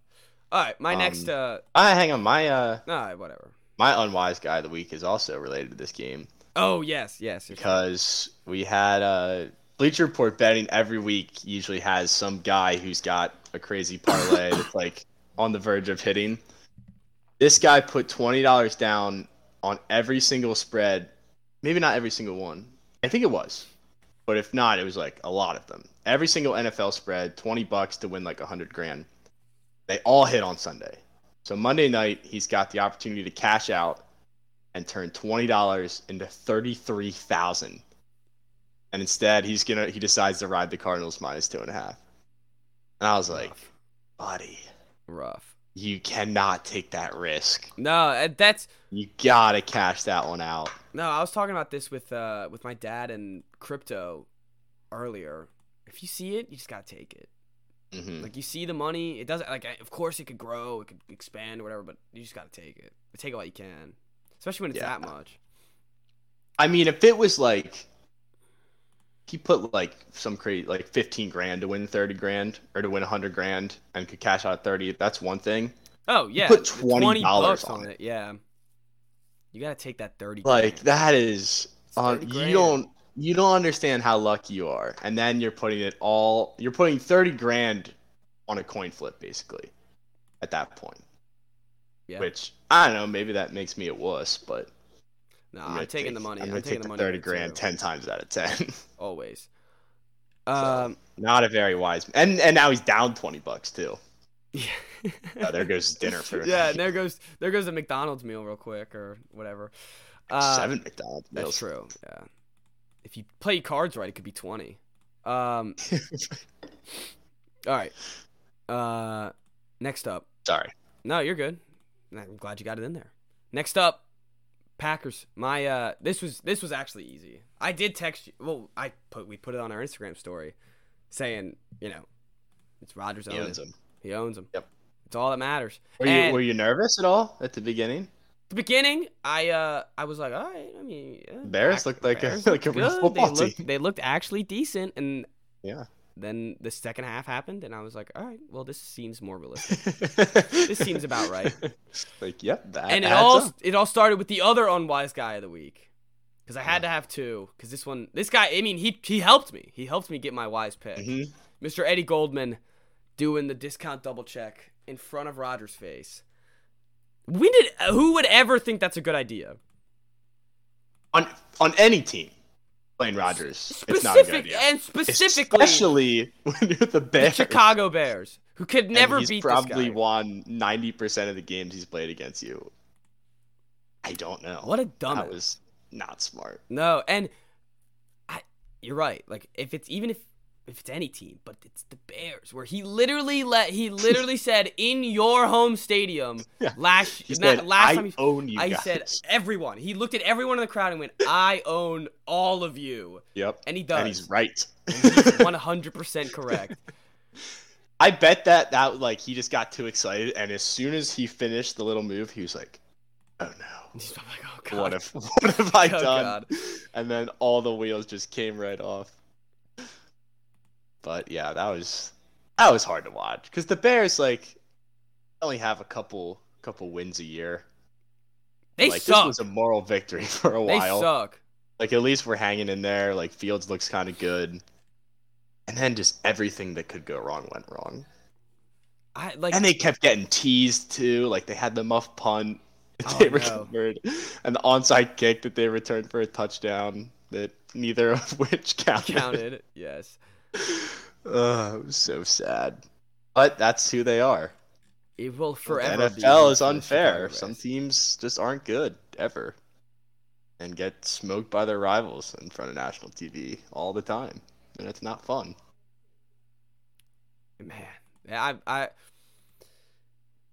S1: all right. My next.
S2: Um,
S1: uh
S2: Ah, hang on. My uh,
S1: All right, whatever.
S2: my unwise guy of the week is also related to this game.
S1: Oh yes, yes. yes.
S2: because we had uh, Bleacher Report betting every week usually has some guy who's got a crazy parlay that's like on the verge of hitting. This guy put twenty dollars down on every single spread, maybe not every single one. I think it was, but if not, it was like a lot of them. Every single NFL spread, twenty bucks to win like a hundred grand. They all hit on Sunday. So Monday night, he's got the opportunity to cash out and turn twenty dollars into thirty three thousand. And instead, he's gonna he decides to ride the Cardinals minus two and a half. And I was like,
S1: Rough.
S2: buddy,
S1: rough.
S2: you cannot take that risk.
S1: No, uh, that's
S2: You gotta cash that one out.
S1: No, I was talking about this with uh with my dad and crypto earlier. If you see it, you just gotta take it.
S2: hmm
S1: Like you see the money, it doesn't like I- of course it could grow, it could expand or whatever, but you just gotta take it. Take it while you can, especially when it's
S2: Yeah.
S1: that much.
S2: I mean, if it was like he put like some crazy like fifteen grand to win thirty grand or to win hundred grand and could cash out thirty, that's one thing.
S1: Oh yeah,
S2: put
S1: the
S2: $20
S1: bucks
S2: on
S1: it. Yeah, you gotta take that thirty.
S2: Like
S1: grand.
S2: that is
S1: It's
S2: Uh,
S1: 30 grand.
S2: you don't you don't understand how lucky you are, and then you're putting it all. You're putting thirty grand on a coin flip, basically, at that point.
S1: Yeah.
S2: Which I don't know. Maybe that makes me a wuss, but
S1: No,
S2: gonna
S1: I'm taking the
S2: take-
S1: money.
S2: I'm,
S1: I'm,
S2: gonna
S1: taking
S2: take
S1: the money.
S2: thirty
S1: too,
S2: grand ten times out of ten.
S1: always.
S2: So,
S1: Um,
S2: Not a very wise. And and now he's down twenty bucks too.
S1: yeah.
S2: Oh, there goes dinner for
S1: yeah, and there goes there goes a McDonald's meal real quick or whatever. Uh,
S2: seven McDonald's
S1: That's
S2: meals.
S1: true. Yeah. If you play cards right, it could be twenty. Um. all right. Uh, next up.
S2: Sorry.
S1: No, you're good. I'm glad you got it in there. Next up, Packers. My uh, this was this was actually easy. I did text you. Well, I put we put it on our Instagram story, saying you know, it's Rogers
S2: He owns
S1: him.
S2: him.
S1: He owns him.
S2: Yep.
S1: It's all that matters.
S2: Were you
S1: And-
S2: were you nervous at all at the beginning?
S1: the beginning, I uh, I was like, all right. I mean, yeah,
S2: Bears
S1: Pack-
S2: looked like a-
S1: Bears
S2: like a
S1: looked
S2: real
S1: good.
S2: football
S1: they looked,
S2: team.
S1: They looked actually decent, and
S2: Yeah.
S1: then the second half happened, and I was like, all right, well, this seems more realistic. This seems about right.
S2: like, yep, that
S1: and it
S2: adds
S1: all
S2: up.
S1: it all started with the other unwise guy of the week, because I had to have two, because this one, this guy, I mean, he he helped me. He helped me get my wise pick.
S2: Mhm.
S1: Mr. Eddie Goldman doing the discount double check in front of Rogers' face. When did uh, who would ever think that's a good idea?
S2: on on any team playing Rodgers. it's not a good
S1: Specific
S2: idea.
S1: and specifically
S2: especially when you're the
S1: the
S2: Bears.
S1: Chicago Bears, who could
S2: and
S1: never
S2: he's
S1: beat
S2: probably
S1: this guy.
S2: won ninety percent of the games he's played against you. I don't know.
S1: What a
S2: that
S1: dumbass!
S2: was not smart.
S1: no, and I, you're right. Like if it's even if if it's any team, but it's the Bears, where he literally let he literally said in your home stadium
S2: Yeah.
S1: last
S2: He
S1: not-
S2: said,
S1: last
S2: I
S1: time he,
S2: own you
S1: I
S2: guys.
S1: said everyone. He looked at everyone in the crowd and went, "I own all of you,"
S2: yep,
S1: and he does.
S2: and he's right.
S1: one hundred percent correct.
S2: I bet that that like he just got too excited, and as soon as he finished the little move, he was like, "Oh no,
S1: He's like, oh god.
S2: what if what have I
S1: Oh,
S2: done?"
S1: God.
S2: And then all the wheels just came right off. But yeah, that was that was hard to watch because the Bears like only have a couple couple wins a year.
S1: They
S2: like
S1: suck.
S2: this was a moral victory for a
S1: they
S2: while.
S1: suck.
S2: Like at least we're hanging in there. Like Fields looks kind of good, and then just everything that could go wrong went wrong.
S1: I like
S2: And they kept getting teased too. Like they had the muff punt that
S1: Oh,
S2: they
S1: no.
S2: recovered, and the onside kick that they returned for a touchdown that neither of which counted.
S1: counted. yes.
S2: Ugh, it was so sad. But that's who they are.
S1: It will
S2: The
S1: forever be
S2: NFL
S1: for the
S2: is
S1: Chicago
S2: unfair.
S1: Bears.
S2: Some teams just aren't good ever, and get smoked by their rivals in front of national TV all the time, and it's not fun.
S1: Man, I I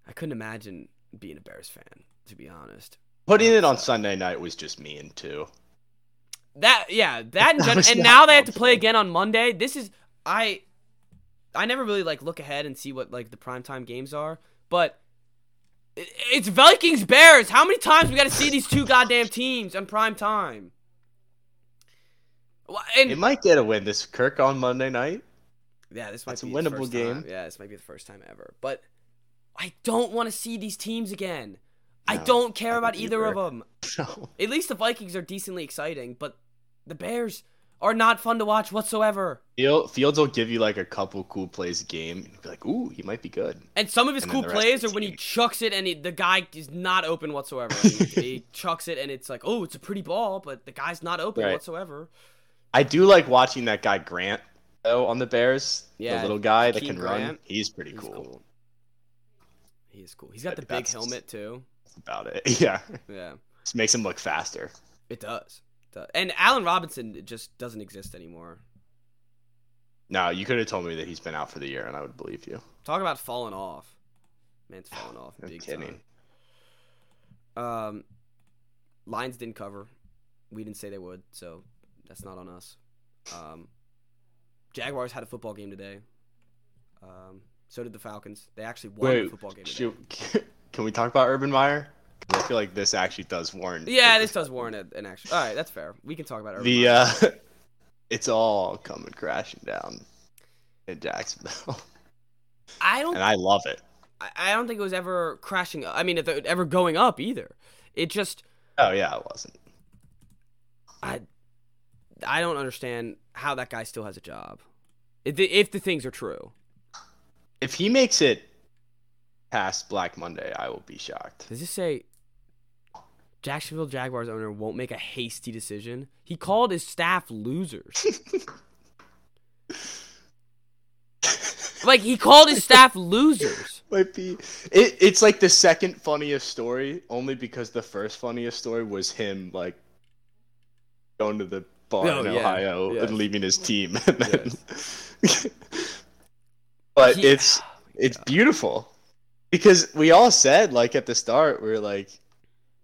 S1: I couldn't imagine being a Bears fan, to be honest.
S2: Putting it on Sunday night was just mean too.
S1: That yeah, that and,
S2: That was
S1: and
S2: not
S1: now they have to play
S2: helpful.
S1: again on Monday. This is I I never really like look ahead and see what like the primetime games are, but i- it's Vikings Bears. How many times we got to see these two goddamn teams on prime time? Wha- And
S2: It might get a win this Kirk on Monday night.
S1: yeah, this might
S2: that's a
S1: be the
S2: winnable
S1: first
S2: game.
S1: Time. Yeah, this might be the first time ever. But I don't want to see these teams again. I
S2: No,
S1: don't care
S2: I
S1: about
S2: don't
S1: either of
S2: either.
S1: them.
S2: No.
S1: At least the Vikings are decently exciting, but the Bears are not fun to watch whatsoever.
S2: Field- Fields will give you like a couple cool plays a game. and you'll be like, ooh, he might be good.
S1: And some of his
S2: And
S1: cool
S2: then the rest of
S1: plays
S2: the
S1: are when he
S2: team.
S1: chucks it and he, the guy is not open whatsoever. And he, he chucks it and it's like, oh, it's a pretty ball, but the guy's not open
S2: Right.
S1: whatsoever.
S2: I do like watching that guy Grant though on the Bears.
S1: Yeah,
S2: the little guy that
S1: Hakeem
S2: can run.
S1: Grant.
S2: He's pretty
S1: He's
S2: cool,
S1: cool. He is cool. He's got the
S2: But
S1: big
S2: that's-
S1: helmet too.
S2: about it. Yeah,
S1: Yeah,
S2: just makes him look faster.
S1: it does. It does. And Allen Robinson just doesn't exist anymore.
S2: No, you could have told me that he's been out for the year, and I would believe you.
S1: Talk about falling off. Man's falling off.
S2: No
S1: big
S2: kidding.
S1: Time. Um, Lions didn't cover. We didn't say they would, so that's not on us. Um, Jaguars had a football game today. Um, so did the Falcons. They actually won the
S2: Wait,
S1: football game today.
S2: Shoot, can we talk about Urban Meyer? 'Cause I feel like this actually does warrant.
S1: Yeah, this does warrant a- an action. All right, that's fair. We can talk about it.
S2: the uh, it's all coming crashing down in Jacksonville,
S1: I don't
S2: uh, and I love it.
S1: I I don't think it was ever crashing. I mean, if it ever going up either. It just
S2: Oh yeah, it wasn't.
S1: I I don't understand how that guy still has a job. If the, if the things are true.
S2: If he makes it past Black Monday, I will be shocked.
S1: Does this say Jacksonville Jaguars owner won't make a hasty decision? He called his staff losers. like he called his staff losers.
S2: might be it, it's like the second funniest story only because the first funniest story was him like going to the bar
S1: Oh,
S2: in
S1: yeah,
S2: ohio
S1: yes.
S2: and leaving his team and then- but
S1: He- Oh
S2: it's it's beautiful because we all said like at the start we are like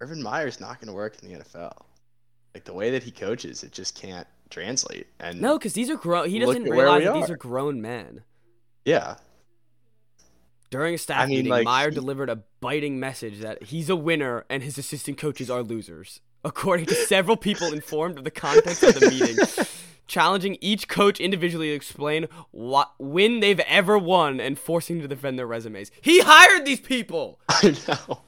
S2: Urban Meyer's not going to work in the NFL like the way that he coaches it just can't translate and
S1: No, because these are grown. He
S2: Look
S1: doesn't
S2: at where
S1: realize
S2: we
S1: that these
S2: are.
S1: are grown men.
S2: yeah
S1: During a staff
S2: I mean,
S1: meeting,
S2: like,
S1: Meyer
S2: he-
S1: delivered a biting message that he's a winner and his assistant coaches are losers, according to several people informed of the context of the meeting, challenging each coach individually to explain what, when they've ever won and forcing them to defend their resumes. He hired these people.
S2: I know.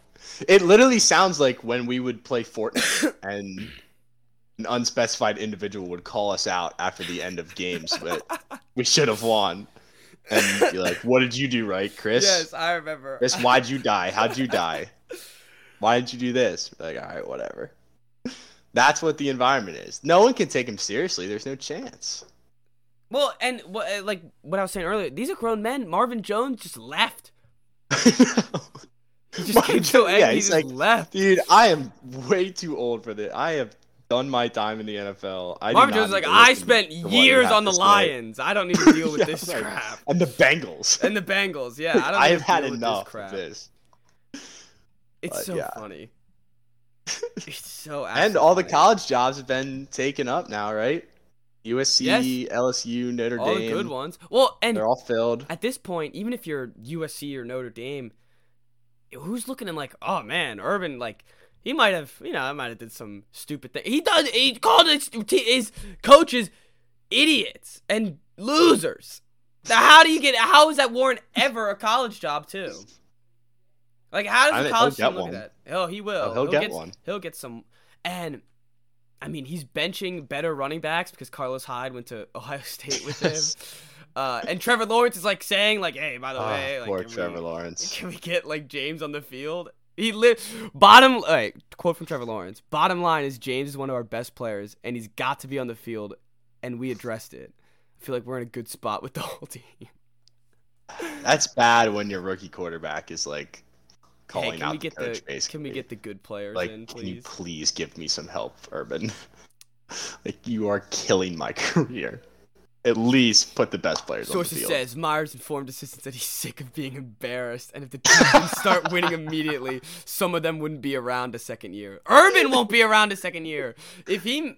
S2: It literally sounds like when we would play Fortnite and an unspecified individual would call us out after the end of games, but we should have won. And be like, what did you do right, Chris?
S1: I remember.
S2: Chris, why'd you die? How'd you die? Why did you do this? Like, all right, whatever. That's what the environment is. No one can take him seriously. There's no chance.
S1: Well, and wha- eh, like what I was saying earlier, these are grown men. Marvin Jones just left. He just
S2: Marvin
S1: came so
S2: Jones-
S1: angry.
S2: yeah,
S1: he
S2: he's
S1: just
S2: like,
S1: left.
S2: Dude, I am way too old for this. I have done my time in the NFL. I do
S1: Marvin
S2: not
S1: Jones is like,
S2: need to
S1: I
S2: listen
S1: spent
S2: to what you
S1: years
S2: have
S1: on
S2: to
S1: the
S2: say."
S1: Lions. I don't need to deal with
S2: Yeah,
S1: this
S2: right.
S1: crap.
S2: And the Bengals.
S1: And the Bengals, yeah. I
S2: I,
S1: don't need
S2: have
S1: to
S2: had
S1: deal with
S2: enough
S1: this crap.
S2: of this.
S1: It's
S2: but
S1: so
S2: yeah.
S1: funny. It's so
S2: And all the
S1: absolutely funny.
S2: college jobs have been taken up now, right? USC,
S1: Yes.
S2: LSU, Notre
S1: all
S2: Dame.
S1: the good ones. Well, and
S2: They're all filled.
S1: at this point, even if you're USC or Notre Dame, who's looking and like, oh man, Urban like he might have, you know, I might have did some stupid thing. He does. He called his, his coaches idiots and losers. Now, how do you get? How is that Warren ever a college job too? Like, how
S2: I
S1: does a
S2: think
S1: college
S2: he'll
S1: team
S2: get
S1: look
S2: one.
S1: at that? Oh, he will.
S2: Oh, he'll get
S1: get
S2: one.
S1: He'll get some. And I mean, he's benching better running backs because Carlos Hyde went to Ohio State with him. Uh, and Trevor Lawrence is like saying, like, "Hey, by the
S2: Ah,
S1: way, like,
S2: poor
S1: can
S2: Trevor
S1: we,
S2: Lawrence.
S1: Can we get like James on the field?" He live bottom. Like, quote from Trevor Lawrence: "Bottom line is James is one of our best players, and he's got to be on the field, and we addressed it. I feel like we're in a good spot with the whole team.
S2: That's bad when your rookie quarterback is like calling
S1: hey, can
S2: out
S1: we
S2: the
S1: get the
S2: coach. basically,
S1: can we get the good players
S2: like,
S1: in,
S2: can you
S1: please?
S2: please give me some help, Urban? like you are killing my career. At least put the best players on the
S1: Sources
S2: field.
S1: says Myers informed assistants that he's sick of being embarrassed, and if the team didn't start winning immediately, some of them wouldn't be around a second year. Urban won't be around a second year. If he,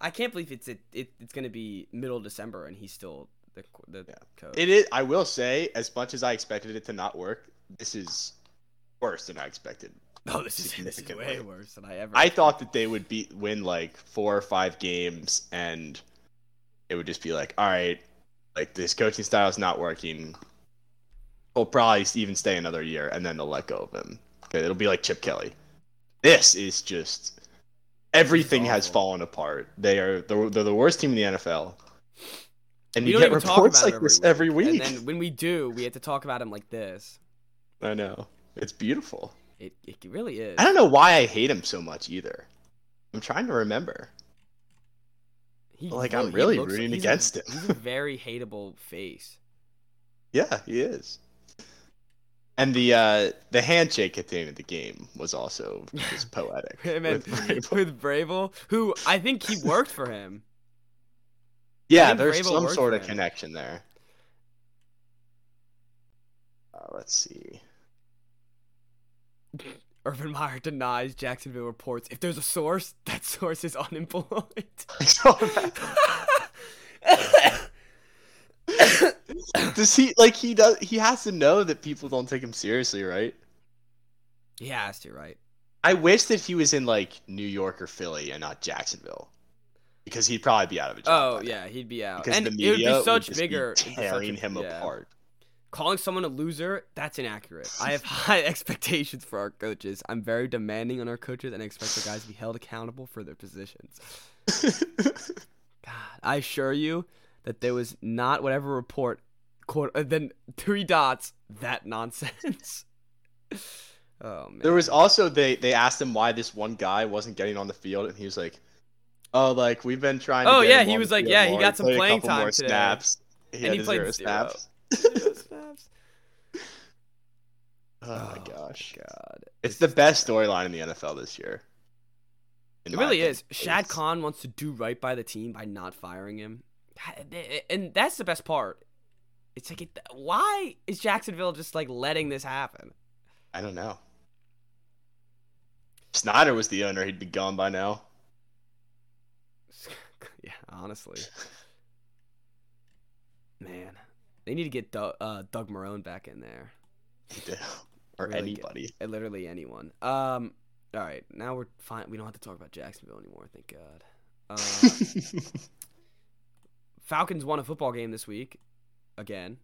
S1: I can't believe it's it, it it's gonna be middle of December and he's still the co- the
S2: Yeah.
S1: coach.
S2: It is. I will say, as much as I expected it to not work, this is worse than I expected.
S1: no, Oh, this is this is way
S2: significantly.
S1: worse than I ever.
S2: I thought that they would beat win like four or five games, and it would just be like, all right, like this coaching style is not working. We'll probably even stay another year, and then they'll let go of him. Okay, it'll be like Chip Kelly. This is just everything has
S1: awful.
S2: fallen apart. They are they're, they're the worst team in the NFL, and
S1: we
S2: you
S1: don't
S2: get
S1: even talk
S2: reports
S1: about it
S2: like this every week.
S1: And then when we do, we have to talk about him like this.
S2: I know it's beautiful.
S1: It it really is.
S2: I don't know why I hate him so much either. I'm trying to remember.
S1: He
S2: Like,
S1: really-
S2: I'm
S1: he
S2: really
S1: looks-
S2: rooting
S1: he's a-
S2: against him.
S1: He's a very hateable face.
S2: Yeah, he is. And the uh, the handshake at the end of the game was also just poetic.
S1: him and
S2: with Vrabel.
S1: with Bravel, who I think he worked for him.
S2: yeah,
S1: him
S2: there's
S1: Vrabel
S2: some
S1: worked
S2: sort
S1: for
S2: of
S1: him.
S2: connection there. Uh, let's see.
S1: Urban Meyer denies Jacksonville reports. If there's a source, that source is unemployed.
S2: does he like he does? He has to know that people don't take him seriously, right?
S1: he has to, right?
S2: I wish that he was in like New York or Philly and not Jacksonville, because he'd probably be out of a job.
S1: Oh
S2: by now.
S1: yeah, he'd be out,
S2: because
S1: and
S2: the
S1: it would
S2: media
S1: be such
S2: just be
S1: bigger it'd be such a-
S2: tearing him
S1: yeah.
S2: apart.
S1: Calling someone a loser, that's inaccurate. I have high expectations for our coaches. I'm very demanding on our coaches and I expect the guys to be held accountable for their positions. God, I assure you that there was not whatever report, quote, uh, then three dots, that nonsense. oh, man.
S2: There was also they they asked him why this one guy wasn't getting on the field, and he was like, "Oh, like we've been trying."
S1: Oh,
S2: to get
S1: yeah,
S2: him
S1: he
S2: on the
S1: was like,
S2: field
S1: yeah, he
S2: more.
S1: got some
S2: played a
S1: playing
S2: couple
S1: time
S2: more
S1: today."
S2: Snaps. He
S1: And
S2: had
S1: he played
S2: zero
S1: zero.
S2: snaps.
S1: Snaps.
S2: Oh, my gosh,
S1: God.
S2: it's the best storyline in the NFL this year. in
S1: It
S2: my
S1: really
S2: opinion.
S1: is. Shad
S2: It's-
S1: Khan wants to do right by the team by not firing him. And that's the best part. It's like, it, why is Jacksonville just like letting this happen?
S2: I don't know. If Snyder was the owner. He'd be gone by now.
S1: yeah, honestly. Man, they need to get Doug, uh, Doug Marone back in there.
S2: or
S1: Really good.
S2: anybody.
S1: Uh, Literally anyone. Um, all right, now we're fine. We don't have to talk about Jacksonville anymore. Thank God. Uh, Falcons won a football game this week. Again,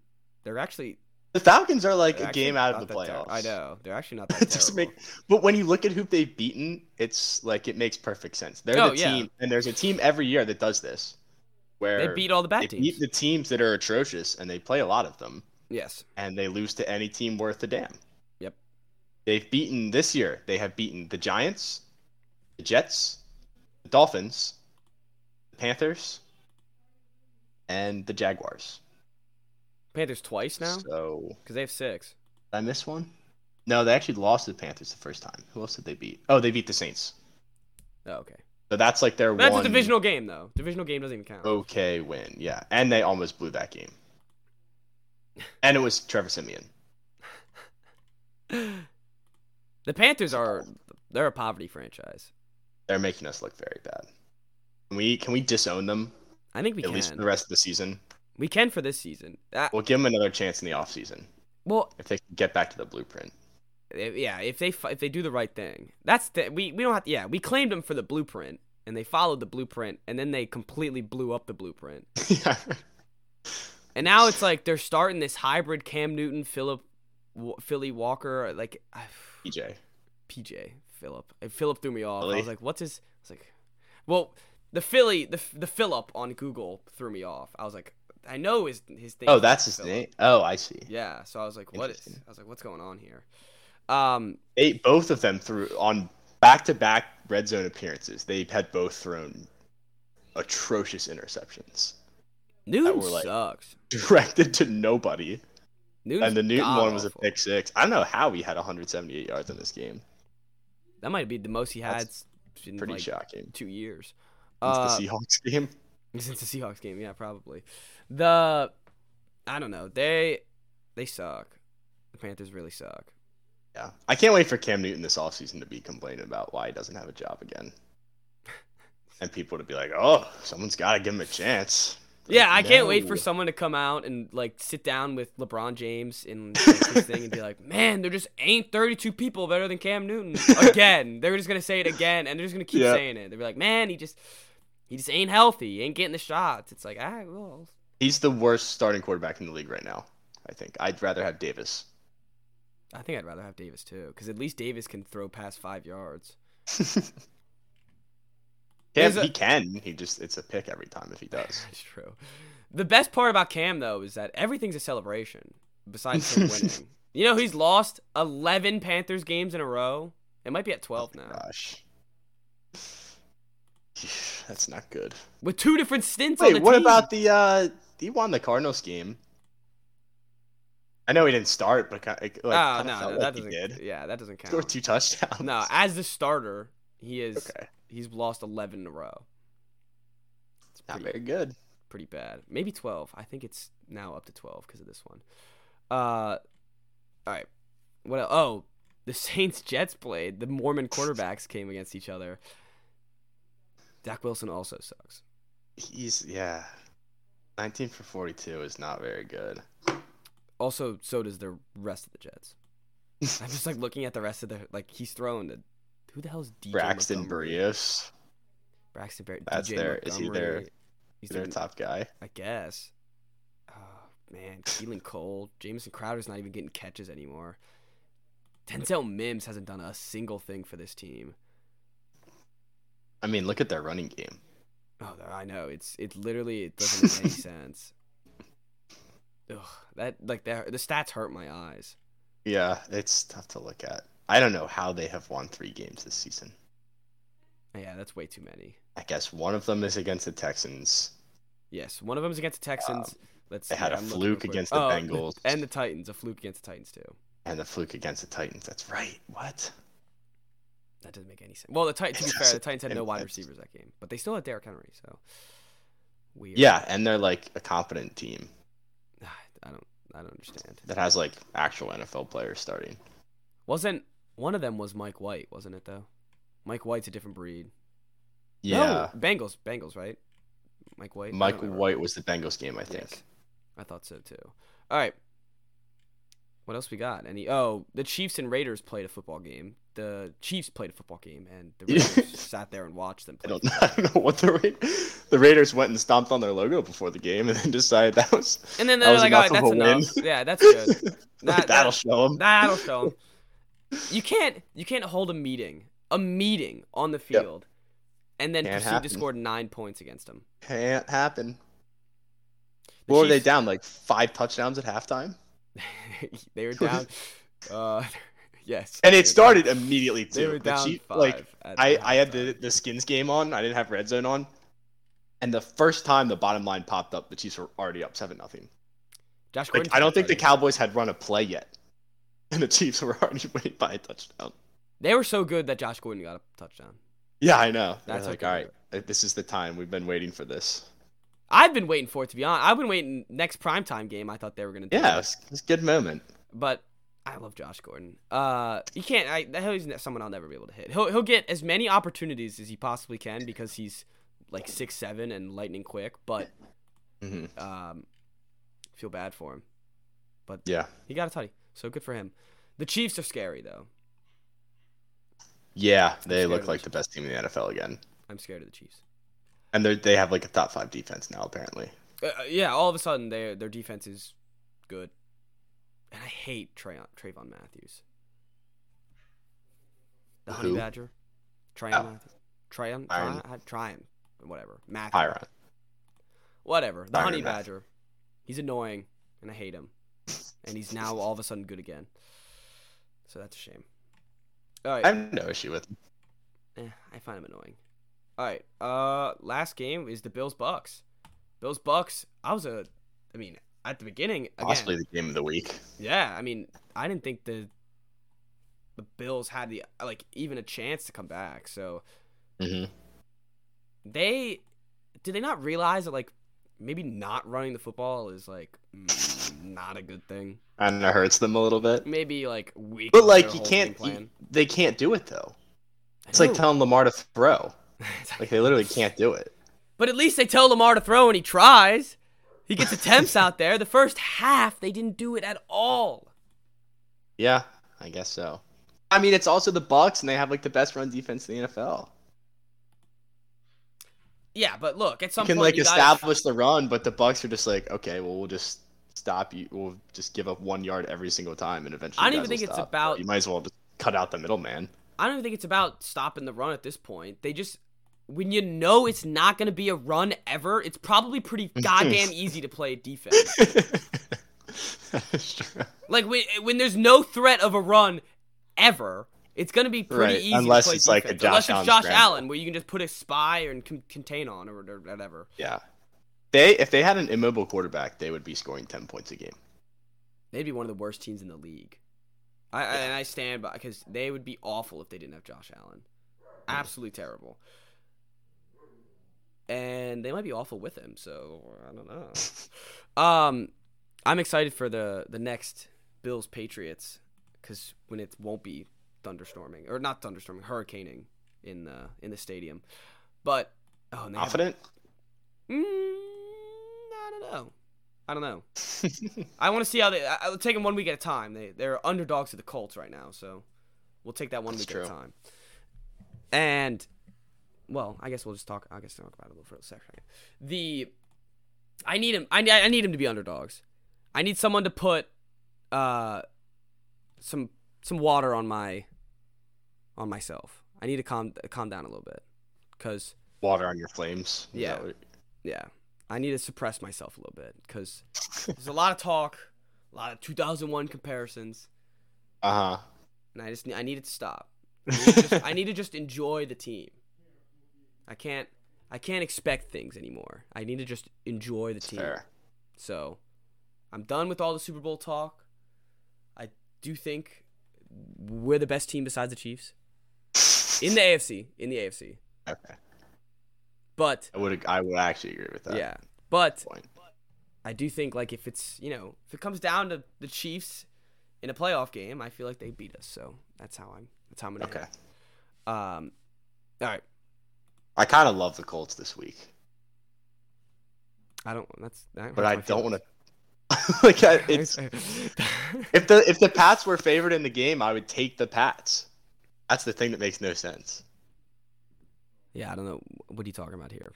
S1: they're actually
S2: the Falcons are like
S1: they're
S2: a
S1: actually
S2: game out of
S1: not
S2: the
S1: that ter-
S2: playoffs.
S1: I know they're actually not that
S2: It just
S1: terrible.
S2: make, but when you look at who they've beaten, it's like it makes perfect sense. They're
S1: Oh,
S2: the
S1: yeah.
S2: team, and there's a team every year that does this, where
S1: They beat all the
S2: they
S1: bad teams.
S2: beat the teams that are atrocious, and they play a lot of them,
S1: yes,
S2: and they lose to any team worth a damn.
S1: Yep.
S2: They've beaten this year. They have beaten the Giants, the Jets, the Dolphins, the Panthers, and the Jaguars.
S1: Panthers twice now
S2: So
S1: because they have six.
S2: Did I miss one? No, they actually lost to the Panthers the first time. Who else did they beat? Oh, they beat the Saints.
S1: Oh, okay,
S2: So that's like their
S1: But that's
S2: one Oh.
S1: a divisional game though. Divisional game doesn't even count.
S2: okay win. Yeah, and they almost blew that game. And it was Trevor Simeon.
S1: The Panthers are they're a poverty franchise.
S2: They're making us look very bad. Can we can we disown them?
S1: I think we
S2: at
S1: can.
S2: least for the rest of the season.
S1: we can for this season. Uh,
S2: We'll give them another chance in the offseason
S1: well,
S2: if they can get back to the blueprint.
S1: eh, yeah, if they fi- if they do the right thing, that's the, we we don't have yeah we claimed them for the blueprint and they followed the blueprint and then they completely blew up the blueprint
S2: yeah.
S1: and now it's like they're starting this hybrid Cam Newton Philip Wa- Philly Walker like I-
S2: EJ.
S1: PJ Philip and Philip threw me off. I
S2: Philly.
S1: was like, what's his? I was like, well, the Philly the the Philip on Google threw me off. I was like, I know his his thing.
S2: Oh,
S1: is
S2: that's his
S1: Phillip.
S2: name. Oh, I see.
S1: Yeah. So I was like, what is?
S2: Interesting.
S1: I was like, what's going on here? Um,
S2: They both of them threw on back-to-back red zone appearances. They had both thrown atrocious interceptions
S1: Newton
S2: were like-
S1: sucks.
S2: directed to nobody.
S1: Newton's
S2: And the Newton one was a
S1: god-awful.
S2: pick six. I don't know how he had 178 yards in this game.
S1: That might be the most he had
S2: That's
S1: in
S2: Pretty
S1: like
S2: shocking.
S1: two years.
S2: Since
S1: Oh Uh,
S2: the Seahawks game.
S1: since the Seahawks game, yeah, probably. The I don't know. They they suck. The Panthers really suck.
S2: Yeah. I can't wait for Cam Newton this offseason to be complaining about why he doesn't have a job again. And people to be like, oh, someone's got to give him a chance.
S1: Yeah,
S2: Like,
S1: I can't wait for
S2: no.
S1: someone to come out and like sit down with LeBron James and like, his thing and be like, "Man, there just ain't 32 people better than Cam Newton again." they're just gonna say it again, and they're just gonna keep
S2: Yeah.
S1: saying it. They'll be like, "Man, he just he just ain't healthy. He ain't getting the shots." It's like, all right, well,
S2: He's the worst starting quarterback in the league right now, I think. I'd rather have Davis.
S1: I think I'd rather have Davis too, because at least Davis can throw past five yards.
S2: Cam,
S1: There's a-
S2: he can. He just, it's a pick every time if he does.
S1: That's true. The best part about Cam though is that everything's a celebration. Besides him winning, you know, he's lost 11 Panthers games in a row. It might be at
S2: Oh
S1: 12 now.
S2: Gosh. That's not good.
S1: with two different stints on
S2: Wait,
S1: the
S2: what
S1: team.
S2: about the uh he won the Cardinals game? I know he didn't start, but kind like,
S1: oh
S2: kind
S1: no,
S2: of felt
S1: no,
S2: like
S1: that
S2: he
S1: doesn't.
S2: did.
S1: Yeah, that doesn't count.
S2: Scored two touchdowns.
S1: No, as the starter, he is.
S2: okay,
S1: He's lost eleven in a row. It's
S2: not
S1: pretty,
S2: very good.
S1: pretty bad. Maybe twelve. I think it's now up to twelve because of this one. Uh, all right. What? el- Oh, the Saints Jets played. The Mormon quarterbacks came against each other. Dak Wilson also sucks.
S2: He's yeah, nineteen for forty-two is not very good.
S1: Also, so does the rest of the Jets. I'm just like looking at the rest of the like he's throwing the who the hell is DJ
S2: Braxton
S1: Montgomery?
S2: Berrios,
S1: Braxton Barrett.
S2: That's
S1: DJ
S2: their- is he their-
S1: Montgomery. He's
S2: their top guy.
S1: I guess. Oh man, Keelan Cole, Jameson Crowder's not even getting catches anymore. Denzel Mims hasn't done a single thing for this team.
S2: I mean, look at their running game.
S1: Oh, I know it's it literally it doesn't make any sense. Ugh, that like that the stats hurt my eyes.
S2: Yeah, it's tough to look at. I don't know how they have won three games this season.
S1: Oh, Yeah, that's way too many.
S2: I guess one of them is against the Texans.
S1: Yes, one of them's against the Texans. Let's.
S2: Um, They had
S1: yeah,
S2: a
S1: I'm looking real
S2: fluke
S1: quick.
S2: against the
S1: Oh,
S2: Bengals
S1: and the Titans. A fluke against the Titans too.
S2: and the fluke against the Titans. That's right. What?
S1: That doesn't make any sense. Well, the Titans. To be fair, the Titans had no
S2: And-
S1: wide
S2: and-
S1: receivers that game, but they still had Derrick Henry. So weird.
S2: Yeah, and they're like a competent team
S1: I don't. I don't understand.
S2: that has like actual NFL players starting.
S1: Wasn't one of them was Mike White? Wasn't it though? Mike White's a different breed.
S2: Yeah.
S1: No, Bengals. Bengals, right? Mike White. I
S2: Mike
S1: don't remember.
S2: White was the Bengals game, I think.
S1: Yes. I thought so too. All right. What else we got? Any? Oh, the Chiefs and Raiders played a football game. The Chiefs played a football game, and the Raiders sat there and watched them
S2: I
S1: play.
S2: don't, I don't know what the Ra- the Raiders went and stomped on their logo before the game and then decided that was
S1: And then
S2: That
S1: they're
S2: was
S1: like, "All
S2: enough
S1: right,
S2: of
S1: that's
S2: a win."
S1: enough. Yeah, that's good.
S2: like,
S1: That-
S2: that'll
S1: that-
S2: show them.
S1: That'll show 'em. You can't you can't hold a meeting a meeting on the
S2: Yep.
S1: field, and then
S2: Can't
S1: proceed to
S2: happen.
S1: score nine points against them.
S2: Can't happen.
S1: The
S2: What were they
S1: Chiefs-
S2: down like five touchdowns at halftime?
S1: they were down. Uh, yes.
S2: And
S1: they
S2: it
S1: were
S2: started immediately
S1: Down, they
S2: too.
S1: were
S2: The
S1: down
S2: Chief-
S1: five.
S2: like
S1: at
S2: I, I had the,
S1: halftime.
S2: the skins game on. I didn't have red zone on. And the first time the bottom line popped up, the Chiefs were already up seven nothing.
S1: Josh Gordon.
S2: Like, I don't think the
S1: started.
S2: Cowboys had run a play yet, and the Chiefs were already winning by a touchdown.
S1: They were so good that Josh Gordon got a touchdown.
S2: Yeah, I know.
S1: That's
S2: That's like,
S1: okay.
S2: all right, uh, this is the time we've been waiting for this.
S1: I've been waiting for it to be on. I've been waiting next primetime game. I thought they were gonna. Do
S2: Yeah, it
S1: it.
S2: was, it was a good moment.
S1: but I love Josh Gordon. Uh, you can't. I he's someone I'll never be able to hit. He'll he'll get as many opportunities as he possibly can because he's like six seven and lightning quick, but
S2: hmm
S1: um, feel bad for him.
S2: Yeah.
S1: He got a tutty, so good for him. The Chiefs are scary though.
S2: Yeah, they
S1: scared
S2: look
S1: of
S2: like
S1: this.
S2: the best team in the NFL again.
S1: I'm scared of the Chiefs.
S2: And they they have like a top five defense now apparently.
S1: Uh, uh, yeah, all of a sudden their their defense is good, and I hate Trayon, Trayvon Matthews. The Honey
S2: Who?
S1: Badger, Tryon
S2: Oh.
S1: Matthews, Tryon,
S2: Byron.
S1: Tryon, Tryon, whatever. Matthews,
S2: Pyron.
S1: whatever. The
S2: Byron
S1: Honey
S2: Matthews.
S1: Badger. He's annoying, and I hate him. And he's now all of a sudden good again. So that's a shame. All right,
S2: I have no issue with.
S1: Eh, I find him annoying. All right. Uh, last game is the Bills Bucks. Bills Bucks. I was a, I mean, at the beginning, again,
S2: Possibly the game of the week.
S1: yeah. I mean, I didn't think the the Bills had the like even a chance to come back. So
S2: hmm
S1: they did they not realize that like maybe not running the football is like mm, not a good thing.
S2: And it hurts them a little bit.
S1: Maybe like weak.
S2: But like you can't, you, they can't do it though. It's like telling Lamar to throw. Like they literally can't do it.
S1: But at least they tell Lamar to throw and he tries. He gets attempts out there. The first half, they didn't do it at all.
S2: Yeah, I guess so. I mean, it's also the Bucks, and they have like the best run defense in the NFL.
S1: Yeah, but look, at
S2: You
S1: some
S2: can
S1: point,
S2: like
S1: you gotta-
S2: establish the run, but the Bucks are just like, okay, well, we'll just stop you. We'll just give up one yard every single time, and eventually.
S1: I
S2: you
S1: don't
S2: guys
S1: even
S2: will
S1: think it's
S2: stop.
S1: about-
S2: You might as well just cut out the middleman.
S1: I don't even think it's about stopping the run at this point. They just, when you know it's not going to be a run ever, it's probably pretty goddamn easy to play defense.
S2: Sure.
S1: Like when, when there's no threat of a run ever, it's going to be pretty
S2: Right,
S1: easy.
S2: unless
S1: to play
S2: it's like a
S1: defense. unless
S2: Josh Allen
S1: it's Josh
S2: scramble.
S1: Allen, where you can just put a spy and con- contain on or or whatever.
S2: Yeah, they if they had an immobile quarterback, they would be scoring ten points a game.
S1: They'd be one of the worst teams in the league. I, I and I stand by because they would be awful if they didn't have Josh Allen. Absolutely terrible. And they might be awful with him, so I don't know. um, I'm excited for the the next Bills Patriots because when it won't be thunderstorming or not thunderstorming, hurricaneing in the in the stadium. But oh, and they have-
S2: Confident?
S1: Mm, I don't know. I don't know. I want to see how they. I- I'll take them one week at a time. They they're underdogs to the Colts right now, so we'll take that one
S2: That's
S1: week at a
S2: true.
S1: time. And well, I guess we'll just talk. I guess talk about it a little for a second. The I need him. I need, I need him to be underdogs. I need someone to put uh some some water on my on myself. I need to calm calm down a little bit because
S2: Water on your flames. Is
S1: Yeah.
S2: that what-
S1: yeah i need to suppress myself a little bit because there's a lot of talk a lot of 2001 comparisons
S2: Uh huh.
S1: and i just ne- i need it to stop I need to, just, I need to just enjoy the team i can't i can't expect things anymore i need to just enjoy the
S2: It's
S1: team
S2: fair.
S1: so i'm done with all the super bowl talk i do think we're the best team besides the chiefs in the afc in the afc
S2: Okay.
S1: but
S2: I would I would actually agree with that.
S1: yeah but
S2: Point.
S1: I do think like if it's you know if it comes down to the Chiefs in a playoff game, I feel like they beat us. So that's how I'm. That's how I'm gonna.
S2: Okay.
S1: hit. Um. All right.
S2: I kind of love the Colts this week,
S1: I don't. That's. That
S2: but I don't want to. like I, it's if the if the Pats were favored in the game, I would take the Pats. That's the thing that makes no sense.
S1: yeah, I don't know. What are you talking about here?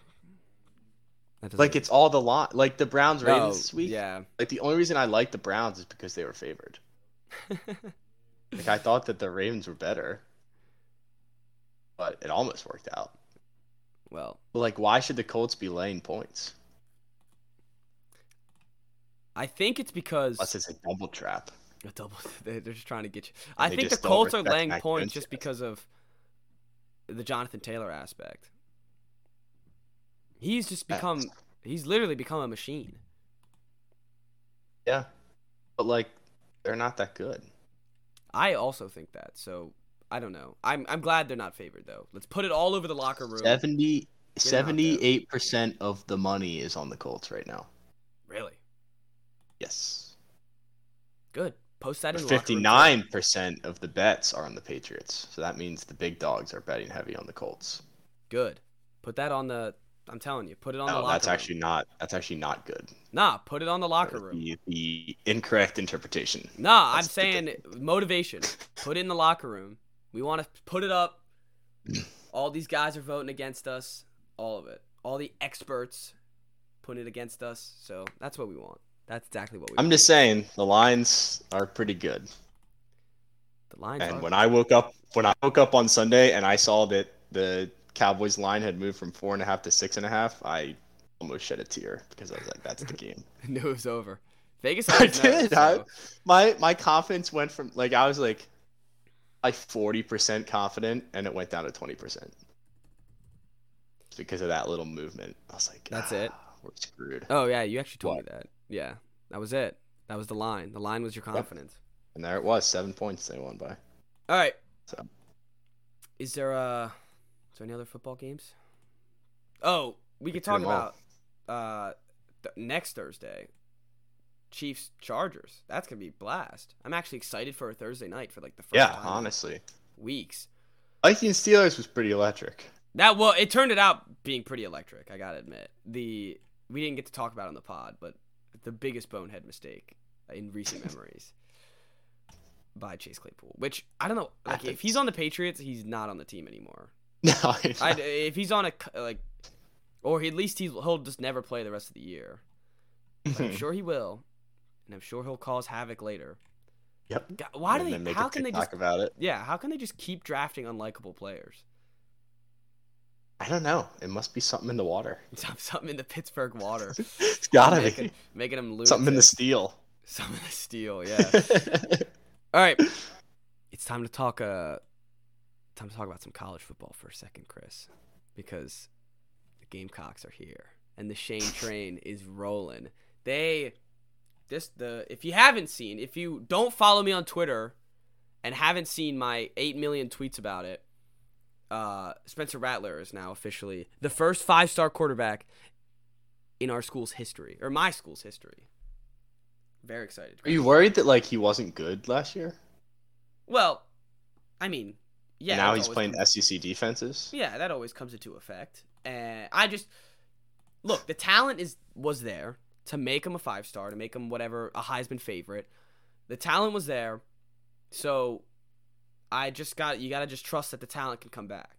S1: That doesn't
S2: Like
S1: make-
S2: it's all the lot. Like the Browns
S1: Oh,
S2: Ravens this week.
S1: Yeah.
S2: Like the only reason I like the Browns is because they were favored. Like I thought that the Ravens were better, but it almost worked out.
S1: well,
S2: But like, why should the Colts be laying points?
S1: I think it's because
S2: Unless it's a double trap.
S1: A double. They're they're just trying to get you. I
S2: they
S1: think the
S2: just don't
S1: Colts are
S2: respect
S1: laying
S2: Mac
S1: points just
S2: Jones.
S1: because of the Jonathan Taylor aspect. He's just
S2: Facts.
S1: become. He's literally become a machine.
S2: Yeah, but like, they're not that good.
S1: I also think that. So I don't know. I'm I'm glad they're not favored though. Let's put it all over the locker room.
S2: 70,
S1: Get 'em out there.
S2: 78% of the money is on the Colts right now.
S1: Really
S2: Yes.
S1: good. Post that in the locker room today.
S2: 59% of the bets are on the Patriots. So that means the big dogs are betting heavy on the Colts.
S1: Good. Put that on the I'm telling you, put it on the
S2: No,
S1: locker.
S2: Oh, that's
S1: room.
S2: actually not. That's actually not good.
S1: nah. Put it on the locker room.
S2: The, the incorrect interpretation.
S1: Nah, I'm
S2: That's
S1: saying motivation. Put it in the locker room. We want to put it up. All these guys are voting against us. All of it. All the experts putting it against us. So that's what we want. That's exactly what we
S2: I'm
S1: want.
S2: just saying the lines are pretty good.
S1: The Lions
S2: And
S1: are-
S2: when I woke up, when I woke up on Sunday and I saw that the Cowboys line had moved from four and a half to six and a half, I almost shed a tear because I was like, "That's the game."
S1: knew it was over. Vegas
S2: I
S1: always knows,
S2: did. I,
S1: so-
S2: my my confidence went from like I was like like forty percent confident, and it went down to twenty percent because of that little movement. I was like, "Ah,
S1: That's it?
S2: We're screwed."
S1: Oh yeah, you actually told
S2: What?
S1: me that. Yeah, that was it. That was the line. The line was your confidence.
S2: And there it was, seven points they won by.
S1: All right.
S2: So.
S1: Is there uh, is there any other football games? Oh, we could
S2: did
S1: talk
S2: them all.
S1: about uh th- next Thursday, Chiefs Chargers. That's gonna be a blast. I'm actually excited for a Thursday night for like the first
S2: Yeah,
S1: time in
S2: honestly,
S1: weeks.
S2: Vikings Steelers was pretty electric.
S1: That well, it turned it out being pretty electric. I gotta admit the we didn't get to talk about it on the pod, but the biggest bonehead mistake in recent memories by Chase Claypool, which I don't know. Like if
S2: Happens.
S1: he's on the Patriots, he's not on the team anymore.
S2: No, I,
S1: I if he's on a c- like, or he- at least he's, he'll just never play the rest of the year. But I'm sure he will, and I'm sure he'll cause havoc later.
S2: yep.
S1: God, why do
S2: And
S1: they?
S2: then make a
S1: How can they
S2: TikTok
S1: just?
S2: about it?
S1: Yeah, how can they just keep drafting unlikable players?
S2: I don't know. It must be something in the water.
S1: Something in the Pittsburgh water,
S2: It's gotta
S1: making,
S2: be
S1: making them lose.
S2: something in the steel.
S1: Some of the steel, yeah. All right, it's time to talk. Uh, time to talk about some college football for a second, Chris, because the Gamecocks are here and the Shane train is rolling. They this the if you haven't seen, if you don't follow me on Twitter and haven't seen my eight million tweets about it, uh, Spencer Rattler is now officially the first five star quarterback in our school's history or my school's history. Very excited.
S2: Are you worried that like he wasn't good last year?
S1: Well, I mean, yeah.
S2: And now
S1: it's
S2: he's
S1: always
S2: playing
S1: been-
S2: SEC defenses.
S1: Yeah, that always comes into effect. And I just look, the talent is was there to make him a five star, to make him whatever a Heisman favorite. The talent was there, so I just got you got to just trust that the talent can come back.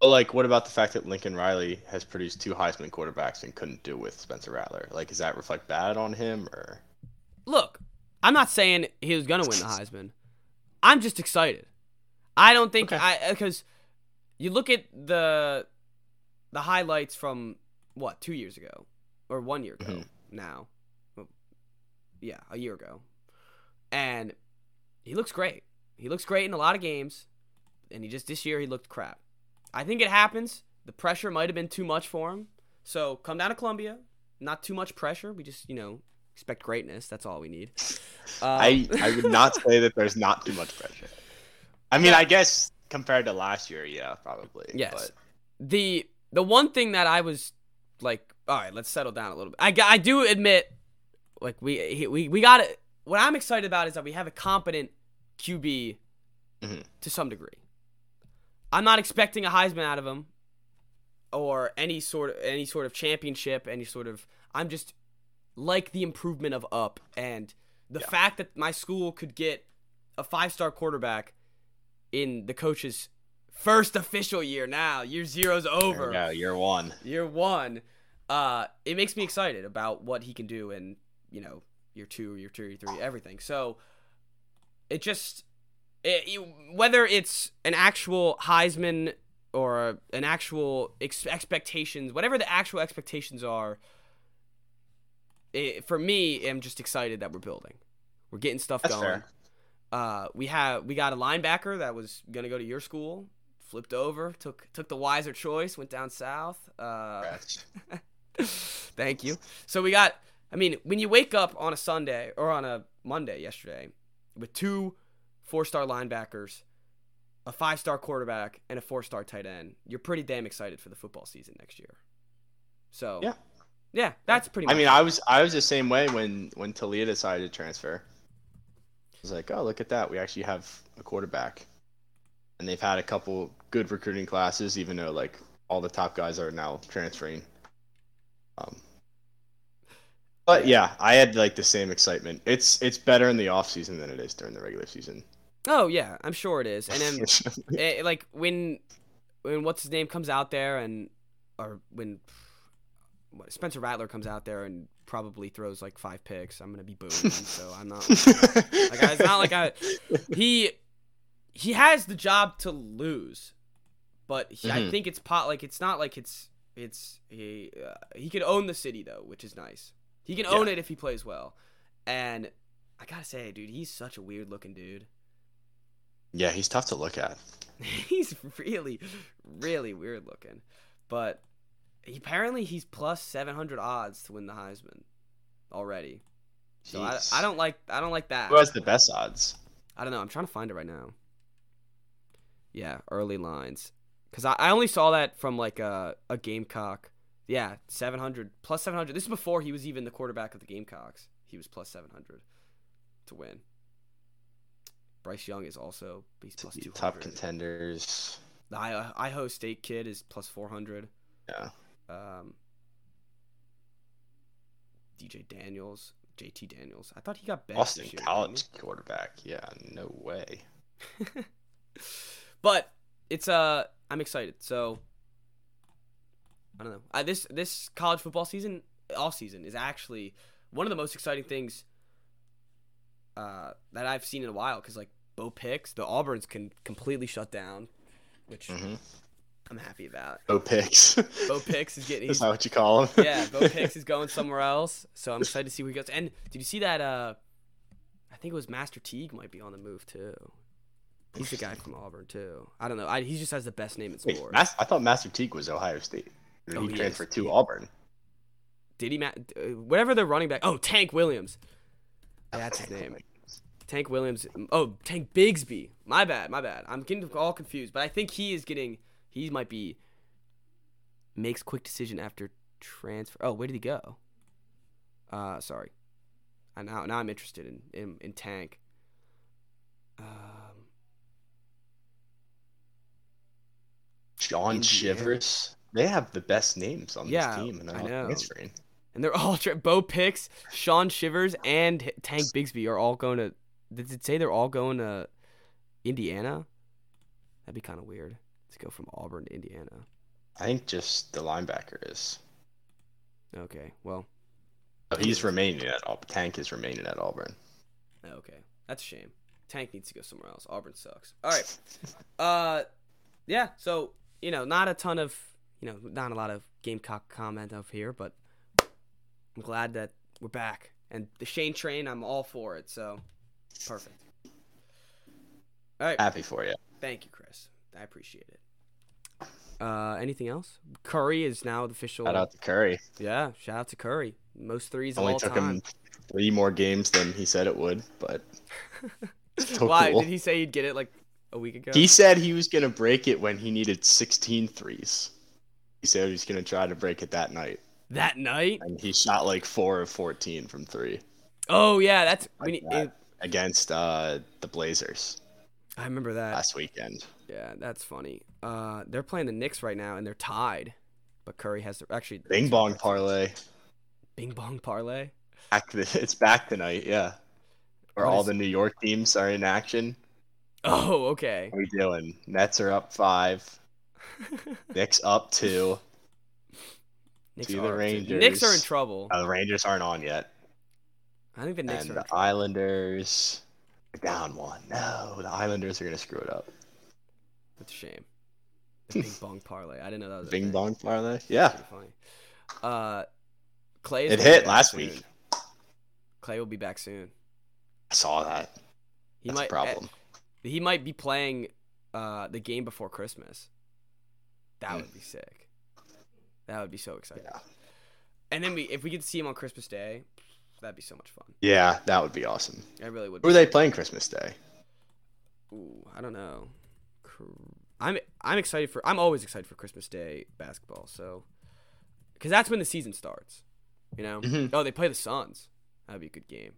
S2: But like, what about the fact that Lincoln Riley has produced two Heisman quarterbacks and couldn't do it with Spencer Rattler? Like, does that reflect bad on him or?
S1: Look, I'm not saying he was gonna win the Heisman. I'm just excited. I don't think
S2: Okay.
S1: I because you look at the the highlights from what two years ago or one year ago
S2: Mhm.
S1: now, Well, yeah, a year ago, and he looks great. He looks great in a lot of games, and he just this year he looked crap. I think it happens. The pressure might have been too much for him. So come down to Columbia. Not too much pressure. We just you know expect greatness. That's all we need. Uh,
S2: I I would not say that there's not too much pressure. I mean, I guess compared to last year, yeah, probably.
S1: Yes.
S2: But
S1: the the one thing that I was like, all right, let's settle down a little bit. I, got- I do admit, like we he- we we got it. What I'm excited about is that we have a competent QB
S2: Mhm.
S1: to some degree. I'm not expecting a Heisman out of him or any sort of any sort of championship, any sort of. I'm just like the improvement of up and the
S2: Yeah.
S1: fact that my school could get a five star quarterback in the coach's first official year now year zero's over
S2: Yeah, year one.
S1: year one uh it makes me excited about what he can do in you know year two year two year three everything so it just it, you, whether it's an actual heisman or an actual ex- expectations whatever the actual expectations are it, for me i'm just excited that we're building we're getting stuff
S2: That's
S1: going
S2: fair.
S1: uh, we have we got a linebacker that was gonna go to your school, flipped over, took took the wiser choice, went down south. Uh,
S2: Congrats.
S1: thank you. So we got. I mean, when you wake up on a Sunday or on a Monday yesterday with two four star linebackers, a five star quarterback, and a four star tight end, you're pretty damn excited for the football season next year. So
S2: Yeah.
S1: yeah, that's pretty.
S2: I
S1: Much
S2: mean,
S1: it.
S2: I was I was the same way when when Talia decided to transfer. I was like, oh, look at that, we actually have a quarterback, and they've had a couple good recruiting classes, even though like all the top guys are now transferring. Um, but yeah, I had like the same excitement. It's it's better in the off season than it is during the regular season.
S1: Oh yeah, I'm sure it is. And then eh, like when when what's his name comes out there and or when what, Spencer Rattler comes out there and probably throws like five picks, I'm gonna be booing him. So I'm not like I- it's not like I he he has the job to lose, but he, I
S2: Mhm.
S1: think it's pot like it's not like it's it's he uh, he can own the city though, which is nice. He can own it if he plays well, and I gotta say, dude, he's such a weird looking dude.
S2: yeah, he's tough to look at.
S1: he's really really weird looking, but he, apparently he's plus seven hundred odds to win the Heisman already. So I,
S2: Jeez.
S1: I don't like I don't like that.
S2: Who has the best odds?
S1: I don't know. I'm trying to find it right now. Yeah, early lines. Cause I, I only saw that from like a a Gamecock. Yeah, 700 plus 700. This is before he was even the quarterback of the Gamecocks. He was plus 700 to win. Bryce Young is also he's plus
S2: Top
S1: 200.
S2: contenders.
S1: The I- Idaho State kid is plus 400.
S2: Yeah.
S1: Um. DJ Daniels, JT Daniels. I thought he got benched
S2: Austin
S1: this year, didn't he?
S2: College quarterback. Yeah, no way.
S1: but it's uh I'm excited. So I don't know. I, this this college football season, off season, is actually one of the most exciting things uh, that I've seen in a while. Because like Bo Picks, the Auburns can completely shut down, which
S2: Mm-hmm.
S1: I'm happy about.
S2: Bo Picks.
S1: Bo Picks is getting
S2: Is that what you call him?
S1: yeah, Bo Picks is going somewhere else. So I'm excited to see where he goes. And did you see that? Uh, I think it was Master Teague might be on the move too. He's the guy from Auburn too. I don't know. I, he just has the best name in
S2: Wait,
S1: sports.
S2: Mas- I thought Master Teague was Ohio State.
S1: Oh,
S2: he
S1: he
S2: transferred
S1: is.
S2: to Auburn.
S1: did he? Ma- uh, whatever the running back. Oh, Tank Williams. That's his name. Tank Williams. Oh, Tank Bigsby. My bad. My bad. I'm getting all confused. But I think he is getting. He might be. Makes quick decision after transfer. Oh, where did he go? Uh, sorry. I now now I'm interested in in, in Tank. Um,
S2: John
S1: Indiana.
S2: Shivers. They have the best names on
S1: Yeah,
S2: this team, and
S1: I
S2: they're not
S1: know.
S2: transferring.
S1: and they're all tra- Bo Picks, Sean Shivers, and H- Tank Bigsby are all going to. Did it say they're all going to Indiana? That'd be kind of weird to go from Auburn to Indiana.
S2: I think just the linebacker is.
S1: Okay, well,
S2: Oh, he's remaining at Auburn. Tank is remaining at Auburn.
S1: Okay, that's a shame. Tank needs to go somewhere else. Auburn sucks. All right. Uh, yeah. So you know, not a ton of you know, not a lot of Gamecock comment up here, but I'm glad that we're back. And the Shane train, I'm all for it. So perfect. All right.
S2: Happy for you.
S1: Thank you, Chris. I appreciate it. Uh, anything else? Curry is now the official.
S2: Shout out to Curry.
S1: Yeah, shout out to Curry. Most threes of
S2: Only
S1: all
S2: took
S1: time.
S2: him three more games than he said it would, but it's still
S1: Why
S2: cool.
S1: did he say he'd get it like a week ago?
S2: He said he was going to break it when he needed 16 threes. He said he was going to try to break it that night.
S1: that night.
S2: And he shot like 4 of 14 from 3
S1: Oh yeah, that's we
S2: Like
S1: need,
S2: that.
S1: it-
S2: against uh, the Blazers
S1: I remember that.
S2: last weekend.
S1: Yeah, that's funny. Uh, they're playing the Knicks right now and they're tied, but Curry has the, actually
S2: Bing bong parlay.
S1: Bing bong parlay.
S2: Back th- it's back tonight, yeah. Where
S1: What
S2: all
S1: is-
S2: the New York teams are in action.
S1: Oh okay.
S2: What are we doing? Nets are up 5, Knicks up 2.
S1: Knicks
S2: To the
S1: are
S2: Rangers.
S1: Knicks are in trouble.
S2: Uh, the Rangers aren't on yet.
S1: I think the Knicks
S2: and uh,
S1: are.
S2: the Islanders are down one. No, the Islanders are gonna screw it up.
S1: That's a shame. The Bing bong parlay. I didn't know that was. a
S2: Bing
S1: thing.
S2: bong parlay. Yeah,
S1: Pretty funny. Uh, Clay. is
S2: It
S1: gonna be
S2: hit
S1: back
S2: last
S1: soon.
S2: week.
S1: Clay will be back soon.
S2: I saw that.
S1: He
S2: That's
S1: might. eh,
S2: a problem.
S1: He might be playing uh, the game before Christmas. That
S2: Hmm.
S1: would be sick. That would be so exciting.
S2: Yeah.
S1: And then we, if we could see him on Christmas Day, that'd be so much fun.
S2: yeah, that would be awesome.
S1: I really would.
S2: Who are they playing Christmas Day?
S1: Ooh, I don't know. Cr- I'm I'm excited for. I'm always excited for Christmas Day basketball. So, because that's when the season starts. You know.
S2: Mhm.
S1: Oh, they play the Suns. That'd be a good game.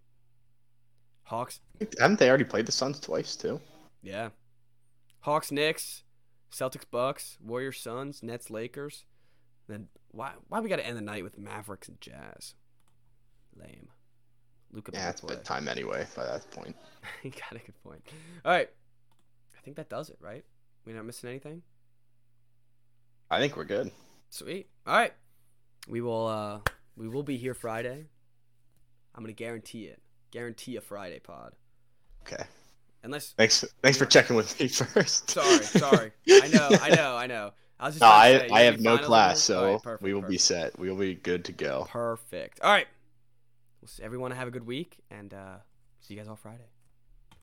S1: Hawks.
S2: Haven't they already played the Suns twice too?
S1: Yeah. Hawks Knicks. Celtics, Bucks, Warriors, Suns, Nets, Lakers. Then why why we got to end the night with Mavericks and Jazz? Lame. Luca.
S2: Yeah, it's bedtime anyway by that point.
S1: you got a good point. All right, I think that does it. Right? We're not missing anything.
S2: I think we're good.
S1: Sweet. All right, we will. uh We will be here Friday. I'm gonna guarantee it. Guarantee a Friday pod.
S2: Okay.
S1: Unless
S2: Thanks. Thanks for checking with me first.
S1: Sorry, sorry. I know, I know, I know. I was just.
S2: No,
S1: trying to
S2: I,
S1: say,
S2: I
S1: you
S2: have no
S1: finalized?
S2: class,
S1: All
S2: so
S1: right, perfect,
S2: we will be
S1: perfect.
S2: set. We will be good to go.
S1: perfect. All right. Well, s- everyone have a good week, and uh, see you guys all Friday.